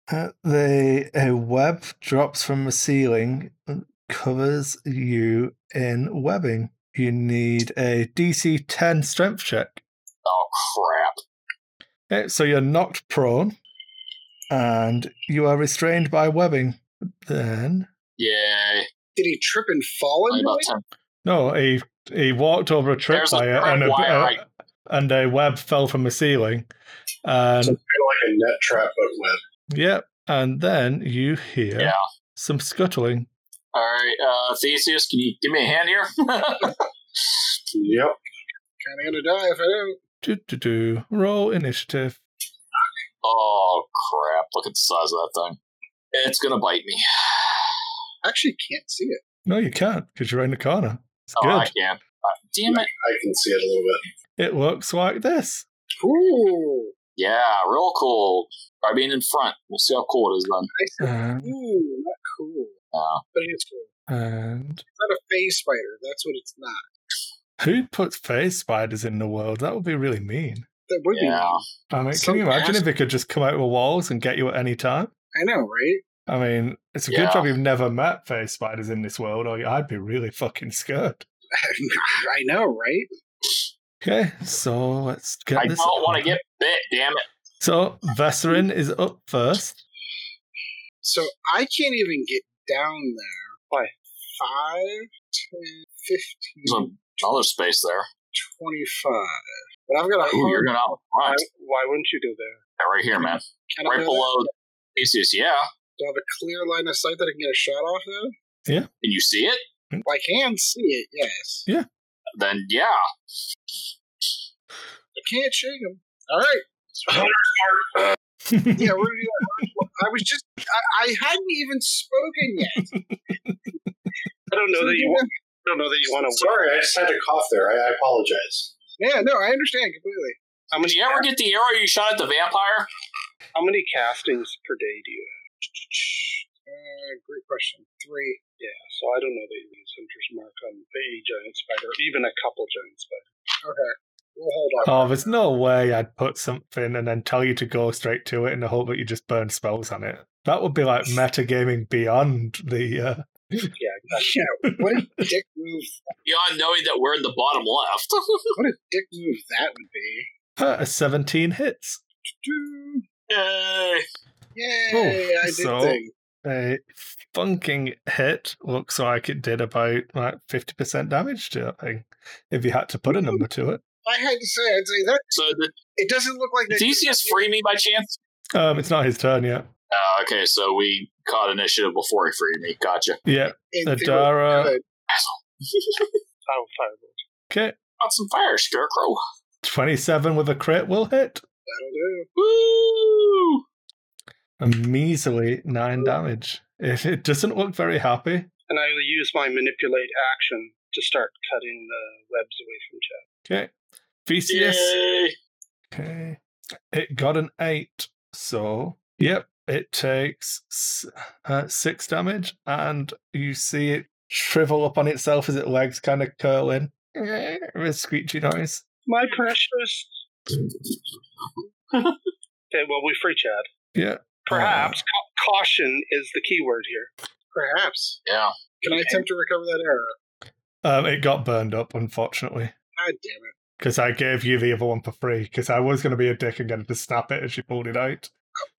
Speaker 1: Uh, the a web drops from the ceiling and covers you in webbing. You need a DC 10 strength check.
Speaker 4: oh crap.
Speaker 1: Okay, so you're knocked prone and you are restrained by webbing. Then,
Speaker 4: Yay.
Speaker 2: did he trip and fall
Speaker 4: Only
Speaker 2: into
Speaker 4: about
Speaker 2: it?
Speaker 4: ten.
Speaker 1: no, he, he walked over a
Speaker 4: There's a
Speaker 1: tripwire and, a-
Speaker 4: tripwire,
Speaker 1: uh,
Speaker 4: I-
Speaker 1: and a web fell from the ceiling.
Speaker 3: So
Speaker 1: And,
Speaker 3: kind of like a net trap, but web.
Speaker 1: yep, and then you hear
Speaker 4: Yeah.
Speaker 1: some scuttling.
Speaker 4: All right, uh, Theseus, can you give me a hand here?
Speaker 3: Yep.
Speaker 2: Kind of gonna die if I don't.
Speaker 1: Do, do, do. Roll initiative.
Speaker 4: oh crap! Look at the size of that thing. It's gonna bite me.
Speaker 2: I Actually, can't see it.
Speaker 1: No, you can't because you're in the corner. It's
Speaker 4: Oh, I
Speaker 1: good.
Speaker 4: can. Uh, damn it.
Speaker 3: I can see it a little bit.
Speaker 1: It looks like this.
Speaker 2: Ooh,
Speaker 4: Yeah, real cool. By being in front, we'll see how cool it is then.
Speaker 2: I said,
Speaker 1: Uh,
Speaker 2: ooh, not cool,
Speaker 4: Yeah.
Speaker 2: but it is cool.
Speaker 1: And
Speaker 2: It's not a phase spider. That's what it's not.
Speaker 1: who puts face spiders in the world? That would be really mean.
Speaker 2: That would be.
Speaker 4: Yeah.
Speaker 1: I mean,
Speaker 2: Some
Speaker 1: can you imagine
Speaker 2: ass-
Speaker 1: if it could just come out of the walls and get you at any time?
Speaker 2: I know, right?
Speaker 1: I mean, it's a
Speaker 4: Yeah.
Speaker 1: good job you've never met face spiders in this world, or I'd be really fucking scared.
Speaker 2: I know, right?
Speaker 1: Okay, so let's get
Speaker 4: I
Speaker 1: this.
Speaker 4: don't want to
Speaker 1: over.
Speaker 4: get bit, damn it.
Speaker 1: So Vesserin is up first.
Speaker 2: So I can't even get down there.
Speaker 5: Why?
Speaker 2: 5, 10, 15,
Speaker 4: There's another space there.
Speaker 2: 25. But I've got a
Speaker 4: Ooh,
Speaker 2: hard
Speaker 4: you're going out
Speaker 5: Why,
Speaker 4: front.
Speaker 5: why wouldn't you go there?
Speaker 4: Yeah, right here, man.
Speaker 2: Can I
Speaker 4: Right
Speaker 2: go
Speaker 4: below Theseus, yeah.
Speaker 2: there? Do I have a clear line of sight that I can get a shot off of?
Speaker 4: Can you see it?
Speaker 2: Well, I can see it, yes.
Speaker 1: Yeah.
Speaker 4: Then yeah.
Speaker 2: I can't shoot him. All right. Yeah, we're gonna do that. I was just, I, I hadn't even spoken yet.
Speaker 5: I don't know
Speaker 2: So
Speaker 5: that you.
Speaker 2: you
Speaker 5: Want, I don't know that you want to.
Speaker 3: Sorry, I just had to cough there. I, I apologize.
Speaker 2: Yeah, no, I understand completely.
Speaker 5: How many?
Speaker 4: Did you ever get the arrow you shot at the vampire?
Speaker 5: How many castings per day do you have?
Speaker 2: Uh, great question. Three.
Speaker 5: Yeah, so I don't know that you use Hunter's Mark on a giant spider, even a couple giant spiders.
Speaker 2: Okay. We'll hold on.
Speaker 1: oh, there's no way I'd put something and then tell you to go straight to it in the hope that you just burn spells on it. That would be like metagaming beyond the. Uh...
Speaker 5: Yeah, exactly.
Speaker 2: Yeah, what a dick move!
Speaker 4: Beyond knowing that we're in the bottom left.
Speaker 2: What a dick move that would be.
Speaker 1: huh, 17 uh, hits.
Speaker 2: Doo.
Speaker 4: Yay.
Speaker 2: Yay!
Speaker 1: Oh,
Speaker 2: I did
Speaker 1: so-
Speaker 2: thing.
Speaker 1: A funking hit looks like it did about like 50% damage to that thing, if you had to put a number to it.
Speaker 2: I had to say, I'd say that
Speaker 4: So did
Speaker 2: it doesn't look like that.
Speaker 4: Theseus free me by chance?
Speaker 1: Um, It's not his turn yet.
Speaker 4: Uh, okay, so we caught initiative before he freed me. Gotcha.
Speaker 1: Yeah,
Speaker 2: in theory.
Speaker 1: Adara.
Speaker 2: good.
Speaker 5: I'll fire those.
Speaker 1: Okay,
Speaker 4: Got some fire, Scarecrow.
Speaker 1: 27 with a crit will hit.
Speaker 2: That'll do.
Speaker 4: Woo!
Speaker 1: A measly 9 damage. It, it doesn't look very happy.
Speaker 5: And I will use my manipulate action to start cutting the webs away from Chad.
Speaker 1: Okay. Theseus.
Speaker 4: Yay!
Speaker 1: Okay. It got an eight. So, yep, it takes s- uh, six damage, and you see it shrivel up on itself as its legs kind of curl in with a screechy noise.
Speaker 5: My precious. okay, well, we free Chad.
Speaker 1: Yeah.
Speaker 5: Perhaps ca- caution is the key word here.
Speaker 2: Perhaps.
Speaker 4: Yeah.
Speaker 2: Can I attempt to recover that error?
Speaker 1: Um, it got burned up, unfortunately,
Speaker 2: God damn it!
Speaker 1: because I gave you the other one for free, because I was going to be a dick and going to snap it as she pulled it out.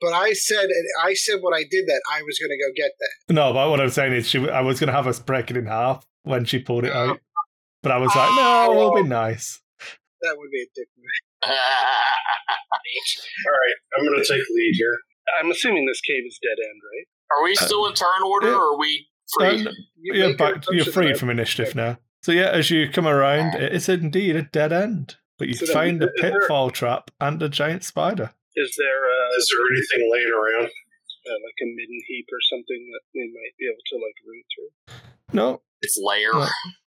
Speaker 2: But I said, I said when I did that, I was going to go get that.
Speaker 1: No, but what I'm saying is, she, I was going to have us break it in half when she pulled it out. But I was like, no, we'll be nice.
Speaker 2: That would be a dick move.
Speaker 3: All right, I'm going to take lead here.
Speaker 5: I'm assuming this cave is dead end, right?
Speaker 4: are we still in turn order, or are we free?
Speaker 1: Um,
Speaker 2: You
Speaker 1: you're,
Speaker 2: make your
Speaker 1: back, you're
Speaker 2: assumption
Speaker 1: free
Speaker 2: that-
Speaker 1: from initiative now. So yeah, as you come around, it is indeed a dead end. But you
Speaker 5: So then-
Speaker 1: find a
Speaker 5: is there-
Speaker 1: pitfall trap and a giant spider.
Speaker 5: Is there uh,
Speaker 3: Is there anything laying around?
Speaker 5: uh, like a midden heap or something that we might be able to like root through?
Speaker 1: No,
Speaker 4: It's layer.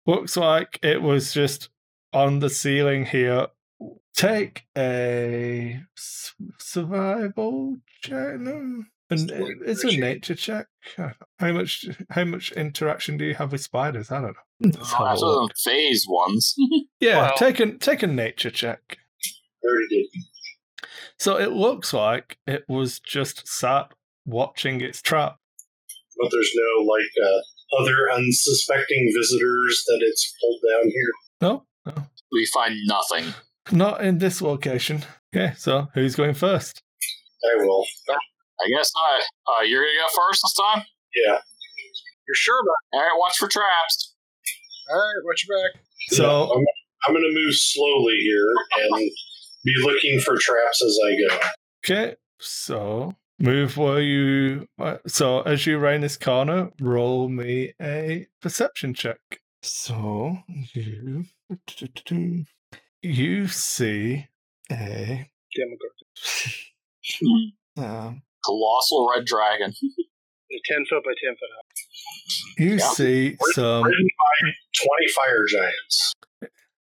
Speaker 1: Yeah. looks like it was just on the ceiling here. Take a s- survival check. No, and
Speaker 2: Survival
Speaker 1: it's a
Speaker 2: check.
Speaker 1: nature check. How much? How much interaction do you have with spiders? I don't know. Let's have a
Speaker 4: After
Speaker 1: look.
Speaker 4: the phase ones.
Speaker 1: Yeah,
Speaker 5: Well-
Speaker 1: take a take a nature check.
Speaker 3: I already did.
Speaker 1: So it looks like it was just sat watching its trap.
Speaker 3: But there's no, like, uh, other unsuspecting visitors that it's pulled down here.
Speaker 1: No, no,
Speaker 4: we find nothing.
Speaker 1: not in this location. Okay, so who's going first?
Speaker 3: I will.
Speaker 4: I guess I. Uh, you're gonna go first this time.
Speaker 3: Yeah.
Speaker 2: You're sure about?
Speaker 4: All right, watch for traps.
Speaker 2: it? All right, watch your back.
Speaker 1: So-
Speaker 3: Yeah, I'm, I'm going to move slowly here and be looking for traps as I go.
Speaker 1: Okay, so move where you. uh, So as you round this corner, roll me a perception check. So you you see a
Speaker 5: Demogorgon.
Speaker 1: um,
Speaker 4: Colossal red dragon.
Speaker 5: A 10 foot by 10 foot high.
Speaker 1: you
Speaker 4: Yeah.
Speaker 1: see some.
Speaker 3: Written by 20 fire giants.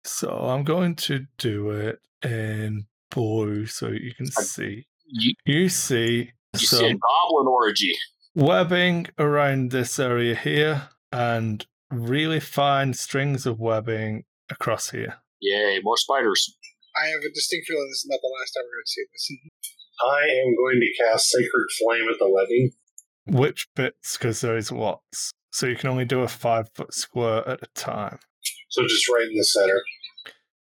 Speaker 1: So I'm going to do it in blue so you can
Speaker 4: I-
Speaker 1: see.
Speaker 4: You,
Speaker 1: You see
Speaker 4: you see a
Speaker 1: some
Speaker 4: goblin orgy.
Speaker 1: webbing around this area here, and really fine strings of webbing across here.
Speaker 4: Yay, more spiders.
Speaker 2: I have a distinct feeling this is not the last time we're going to see this.
Speaker 3: I am going to cast Sacred Flame at the levee.
Speaker 1: Which bits? Because there is lots. So you can only do a five foot square at a time.
Speaker 3: So just right in the center.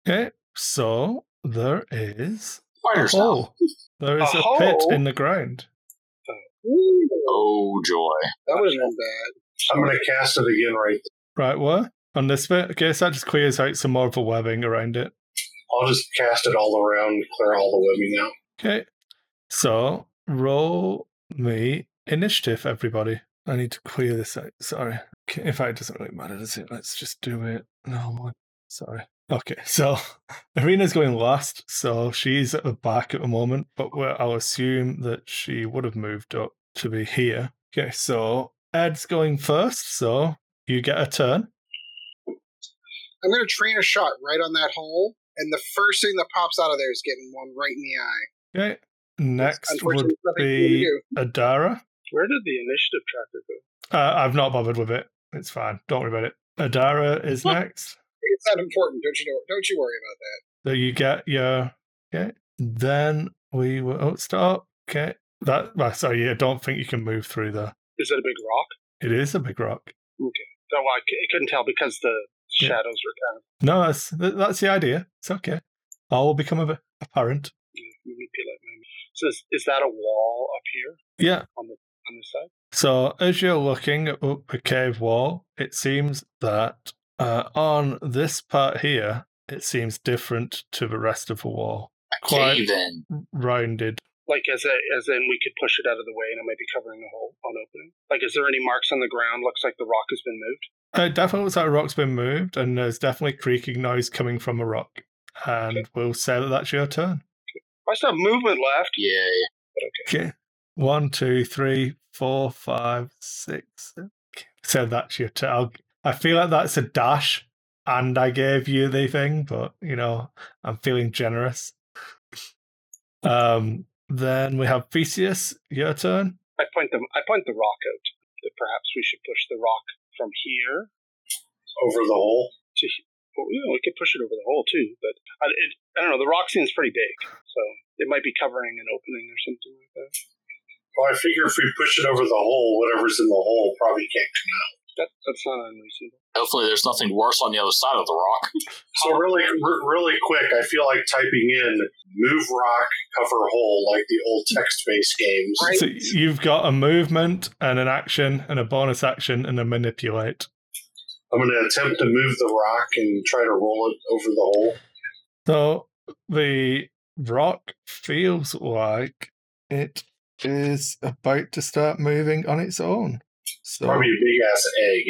Speaker 1: Okay, so there is.
Speaker 4: Spiders now.
Speaker 1: Oh, there is
Speaker 5: A
Speaker 1: a, pit
Speaker 5: hole?
Speaker 1: in the ground.
Speaker 4: Oh joy.
Speaker 2: That was not bad.
Speaker 3: I'm going to cast it again right
Speaker 1: Right, where? On this bit? Okay, so that just clears out some more of the webbing around it.
Speaker 3: I'll just cast it all around, clear all the webbing out.
Speaker 1: Okay. So roll me initiative, everybody. I need to clear this out. Sorry. Okay, In fact, it doesn't really matter, does it? Let's just do it normally. Sorry. Okay, so Irina's going last, so she's at the back at the moment, but we I'll assume that she would have moved up to be here. Okay, so Ed's going first, so you get a turn.
Speaker 2: I'm going to train a shot right on that hole, and the first thing that pops out of there is getting one right in the eye.
Speaker 1: Okay. Next would
Speaker 2: Unfortunately, nothing for me to
Speaker 1: be
Speaker 2: do.
Speaker 1: Adara.
Speaker 5: Where did the initiative tracker go?
Speaker 1: Uh, I've not bothered with it. It's fine. Don't worry about it. Adara is next.
Speaker 2: It's not important. Don't you know? Don't you worry about that.
Speaker 1: So you get your okay. Then we will oh stop. Okay. That well, sorry, I don't think you can move through there.
Speaker 5: Is it a big rock?
Speaker 1: It is a big rock.
Speaker 5: No, I, c- I couldn't tell because the
Speaker 1: Yeah.
Speaker 5: shadows were kind of
Speaker 1: No, that's that- that's the idea. It's okay. All will become av- apparent.
Speaker 5: manipulating. them. So is, is that a wall up here
Speaker 1: Yeah.
Speaker 5: on this side?
Speaker 1: So as you're looking up the cave wall, it seems that uh, on this part here, it seems different to the rest of the wall.
Speaker 4: A
Speaker 1: Quite.
Speaker 4: cave in.
Speaker 1: Rounded.
Speaker 5: Like as a, as in we could push it out of the way and it might be covering a hole on opening. Like is there any marks on the ground? Looks like the rock has been moved.
Speaker 1: It definitely looks like a rock's been moved, and there's definitely creaking noise coming from a rock. And we'll say that that's your turn.
Speaker 5: I still have movement left.
Speaker 4: Yay.
Speaker 1: Okay. One, two, three, four, five, six. seven. Okay. So that's your turn. I'll- I feel like that's a dash, and I gave you the thing, but you know, I'm feeling generous. Um. Then we have Theseus. Your turn.
Speaker 5: I point them. I point the rock out. That perhaps we should push the rock from here
Speaker 3: Over the hole.
Speaker 5: to. he- Well, you know, we could push it over the hole too, but I, it, I don't know. The rock seems pretty big, so it might be covering an opening or something like that.
Speaker 3: Well, I figure if we push it over the hole, whatever's in the hole probably can't come out.
Speaker 5: That that's not unreasonable.
Speaker 4: Hopefully there's nothing worse on the other side of the rock.
Speaker 3: So really, re- really quick, I feel like typing in "move rock, cover hole" like the old text-based games.
Speaker 2: Right.
Speaker 1: So you've got a movement and an action and a bonus action and a manipulate.
Speaker 3: I'm going to attempt to move the rock and try to roll it over the hole.
Speaker 1: So the rock feels like it is about to start moving on its own. So
Speaker 3: Probably a big ass egg.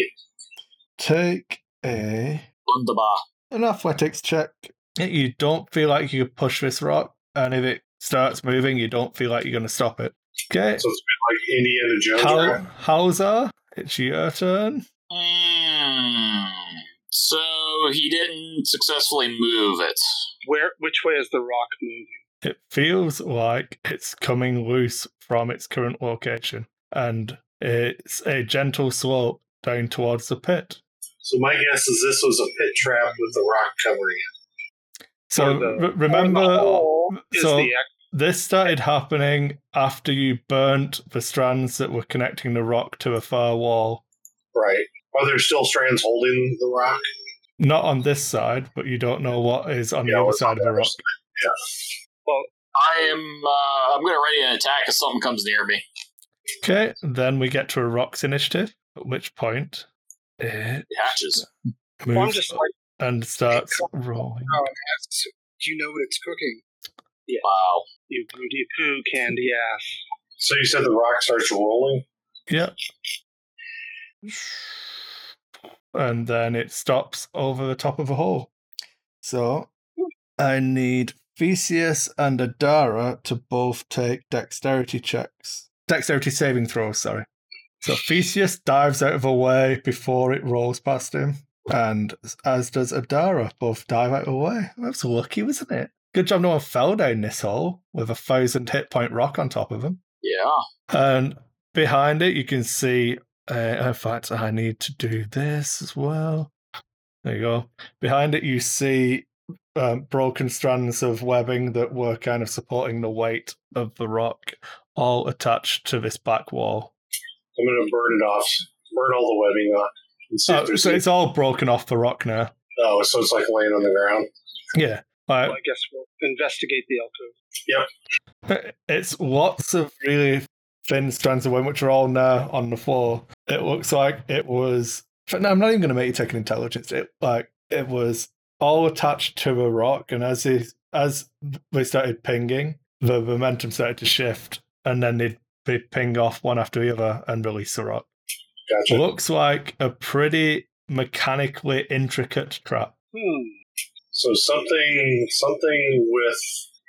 Speaker 1: take a
Speaker 4: Bundaba.
Speaker 1: an athletics check. You don't feel like you could push this rock, and if it starts moving, you don't feel like you're going to stop it. Okay,
Speaker 3: So it's been like Indiana Jones.
Speaker 1: Hal-
Speaker 3: right?
Speaker 1: Hauser, it's your turn.
Speaker 4: Mm. So he didn't successfully move it.
Speaker 5: Where? Which way is the rock moving?
Speaker 1: It feels like it's coming loose from its current location, and it's a gentle slope down towards the pit.
Speaker 3: So my guess is this was a pit trap with the rock covering it.
Speaker 1: So
Speaker 5: Or the-
Speaker 1: re- remember, uh,
Speaker 5: Or the hole is
Speaker 1: so-
Speaker 5: the ex-
Speaker 1: this started happening after you burnt the strands that were connecting the rock to the far wall.
Speaker 3: Right. Are there still strands holding the rock?
Speaker 1: Not on this side, but you don't know what is on
Speaker 3: Yeah,
Speaker 1: the other
Speaker 3: what's on
Speaker 1: side of
Speaker 3: the
Speaker 1: the
Speaker 3: other
Speaker 1: rock.
Speaker 4: I am uh, I'm gonna ready an attack if something comes near me.
Speaker 1: Okay, then we get to a rock's initiative, at which point it
Speaker 4: It hatches.
Speaker 5: well, I'm
Speaker 1: moves
Speaker 5: just
Speaker 1: up
Speaker 5: like
Speaker 1: and starts rolling.
Speaker 2: Oh, and asks, do you know what it's cooking?
Speaker 4: Wow.
Speaker 5: you, booty poo candy ass.
Speaker 3: So you said the rock starts rolling.
Speaker 1: Yep. And then it stops over the top of a hole. So I need Theseus and Adara to both take dexterity checks. Dexterity saving throws, sorry. So Theseus dives out of the way before it rolls past him. And as does Adara, both dive out of the way. That's lucky, wasn't it? Good job no one fell down this hole with a thousand hit point rock on top of him.
Speaker 4: Yeah.
Speaker 1: And behind it, you can see Uh, in fact, I need to do this as well. There you go. Behind it, you see um, broken strands of webbing that were kind of supporting the weight of the rock, all attached to this back wall.
Speaker 3: I'm going to burn it off, burn all the webbing off. and see if
Speaker 1: Oh,
Speaker 3: there's
Speaker 1: so
Speaker 3: any-
Speaker 1: it's all broken off the rock now.
Speaker 3: oh, so it's like laying on the ground.
Speaker 1: Yeah. Like,
Speaker 5: Well, I guess we'll investigate the alcove.
Speaker 1: It's lots of really thin strands of wind, which are all now on the floor. It looks like it was. No, I'm not even going to make you take an intelligence. It like it was all attached to a rock, and as they, as they started pinging, the momentum started to shift, and then they'd they ping off one after the other and release the rock.
Speaker 3: Gotcha.
Speaker 1: Looks like a pretty mechanically intricate trap.
Speaker 5: Hmm.
Speaker 3: So something, something with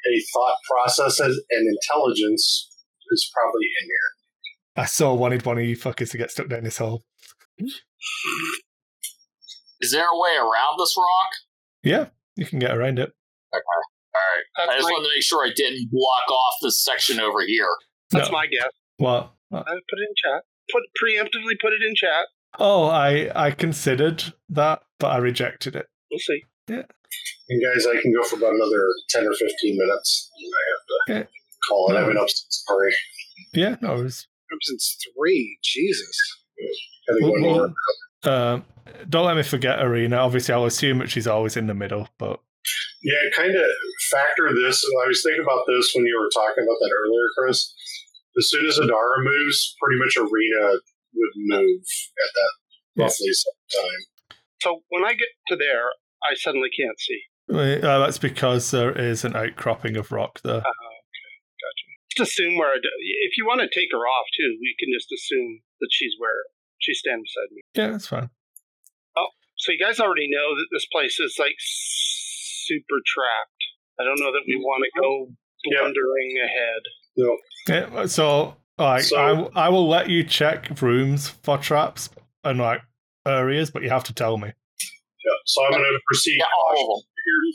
Speaker 3: a thought process and and intelligence is probably in here.
Speaker 1: I so wanted one of you fuckers to get stuck down this hole.
Speaker 4: Is there a way around this rock?
Speaker 1: Yeah, you can get around it.
Speaker 4: All right.
Speaker 5: That's,
Speaker 4: I just
Speaker 5: my,
Speaker 4: wanted to make sure I didn't block off this section over here.
Speaker 5: that's
Speaker 1: No.
Speaker 5: my guess.
Speaker 1: What?
Speaker 5: I put it in chat. Put preemptively put it in chat.
Speaker 1: Oh, I I considered that, but I rejected it.
Speaker 5: We'll see.
Speaker 3: And guys, I can go for about another ten or fifteen minutes. I have to
Speaker 1: Okay.
Speaker 3: call it. I've been up since three.
Speaker 1: Yeah, no, it was.
Speaker 2: Up since three. Jesus.
Speaker 3: I think one more.
Speaker 1: Well, um, don't let me forget Arena. Obviously, I'll assume that she's always in the middle, but
Speaker 3: Yeah, kind of factor this. and I was thinking about this when you were talking about that earlier, Chris. As soon as Adara moves, pretty much Arena would move at that
Speaker 1: Yeah.
Speaker 3: roughly same time.
Speaker 5: So when I get to there, I suddenly can't see.
Speaker 1: uh, that's because there is an outcropping of rock there.
Speaker 3: Ah.
Speaker 5: Just assume where. I d if you want to take her off too, we can just assume that she's where she's standing beside me.
Speaker 1: Yeah, that's fine.
Speaker 5: So you guys already know that this place is like super trapped. I don't know that we want to go
Speaker 3: Yeah.
Speaker 5: blundering ahead.
Speaker 1: Yeah, so like,
Speaker 3: So-
Speaker 1: I w- I will let you check rooms for traps and like areas, but you have to tell me.
Speaker 3: Yeah. So I'm going to proceed
Speaker 4: Yeah, all
Speaker 3: cautiously
Speaker 4: of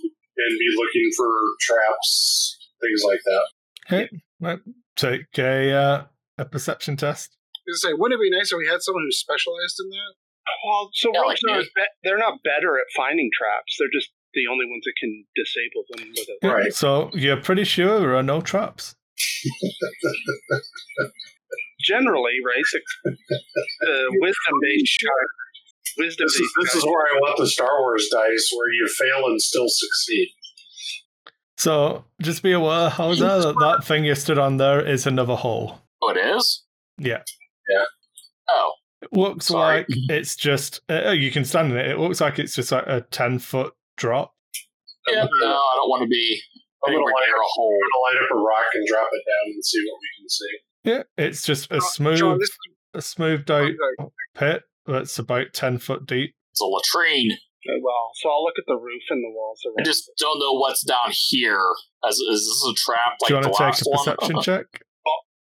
Speaker 4: them.
Speaker 3: here and be looking for traps, things like that.
Speaker 1: Take a uh, a perception test.
Speaker 2: I was gonna say, wouldn't it be nice if we had someone who specialized in that?
Speaker 5: Well, so
Speaker 4: Yeah,
Speaker 5: rogues
Speaker 4: like
Speaker 5: aren't
Speaker 4: me.
Speaker 5: be- they're not better at finding traps. They're just the only ones that can disable them with a
Speaker 1: Yeah,
Speaker 3: Right.
Speaker 1: So you're pretty sure there are no traps.
Speaker 5: generally, right? So, uh, wisdom based shot. Wisdom
Speaker 3: This is, this
Speaker 5: based
Speaker 3: is where I want the Star Wars dice, where you fail and still succeed.
Speaker 1: So just be aware, Hauser, that that thing you stood on there is another hole.
Speaker 4: Oh, it is?
Speaker 1: Yeah.
Speaker 3: Yeah.
Speaker 4: Oh,
Speaker 1: It looks
Speaker 4: Sorry.
Speaker 1: like it's just uh, you can stand in it. It looks like it's just like a ten foot drop.
Speaker 4: yeah. No, I don't want to be
Speaker 3: I'm going
Speaker 4: anywhere
Speaker 3: to light,
Speaker 4: near a hole.
Speaker 3: I'm gonna light up a rock and drop it down and see what we can see.
Speaker 1: Yeah, it's just a
Speaker 2: Uh, John,
Speaker 1: smooth,
Speaker 2: this is
Speaker 1: a smoothed
Speaker 2: what
Speaker 1: out
Speaker 2: I'm like,
Speaker 1: pit that's about ten foot deep.
Speaker 4: It's a latrine.
Speaker 5: Uh, well, so I'll look at the roof and the walls
Speaker 4: I
Speaker 5: around.
Speaker 4: just don't know what's down here. Is, is this a trap like
Speaker 1: Do you
Speaker 4: the
Speaker 1: want to take
Speaker 4: last
Speaker 1: a
Speaker 4: one?
Speaker 1: perception check?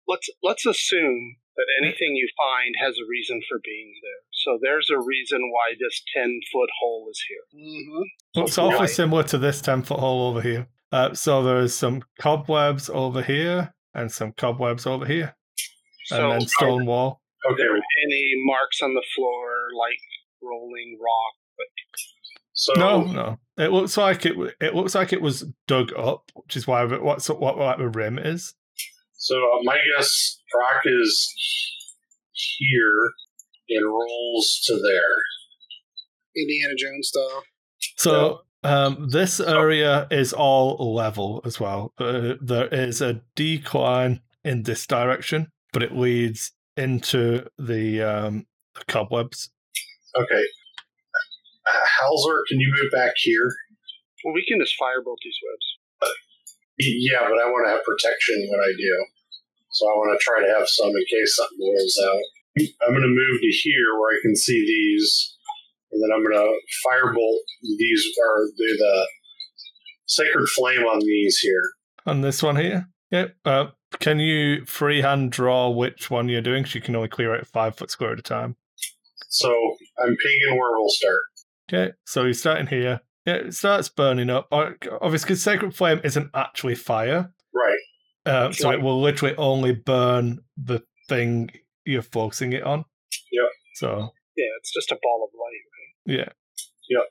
Speaker 5: let's let's assume that anything you find has a reason for being there. So there's a reason why this ten foot hole is here.
Speaker 2: mhm.
Speaker 1: Looks
Speaker 3: Right.
Speaker 1: awfully similar to this ten foot hole over here. Uh, so there's some cobwebs over here and some cobwebs over here, and
Speaker 5: So
Speaker 1: then stone wall.
Speaker 3: Okay,
Speaker 5: any marks on the floor, like rolling rock.
Speaker 3: so
Speaker 1: No, no. It looks like it. w- It looks like it was dug up, which is why the- what's what like the rim is.
Speaker 3: So uh, my guess, Brock is here and rolls to there.
Speaker 2: Indiana Jones style.
Speaker 1: So um, this area is all level as well. Uh, there is a decline in this direction, but it leads into the um, the cobwebs.
Speaker 3: Okay. Uh, Halzer, can you move back here?
Speaker 5: Well, we can just firebolt these webs.
Speaker 3: Y- Yeah, but I want to have protection when I do. So I want to try to have some in case something rolls out. I'm going to move to here where I can see these, and then I'm going to firebolt these, or do the sacred flame on these here.
Speaker 1: And this one here, yep. Uh, can you freehand draw which one you're doing? 'Cause you can only clear out five foot square at a time.
Speaker 3: So I'm pinging where we'll start.
Speaker 1: Okay, so you're starting here. Yeah, it starts burning up. O- Obviously, 'cause sacred flame isn't actually fire,
Speaker 3: Right.
Speaker 1: uh, so it will literally only burn the thing you're focusing it on.
Speaker 3: Yep.
Speaker 1: So
Speaker 5: Yeah, it's just a ball of light. Right?
Speaker 1: yeah.
Speaker 3: Yep.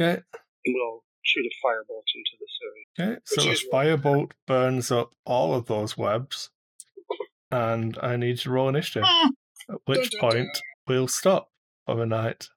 Speaker 1: Okay.
Speaker 5: And we'll shoot a firebolt into this area.
Speaker 1: Okay. So
Speaker 2: Which
Speaker 1: the
Speaker 2: is what-
Speaker 1: firebolt burns up all of those webs, and I need to roll initiative.
Speaker 4: Hmm.
Speaker 1: At which
Speaker 2: Dun, dun,
Speaker 1: point we'll stop for the night.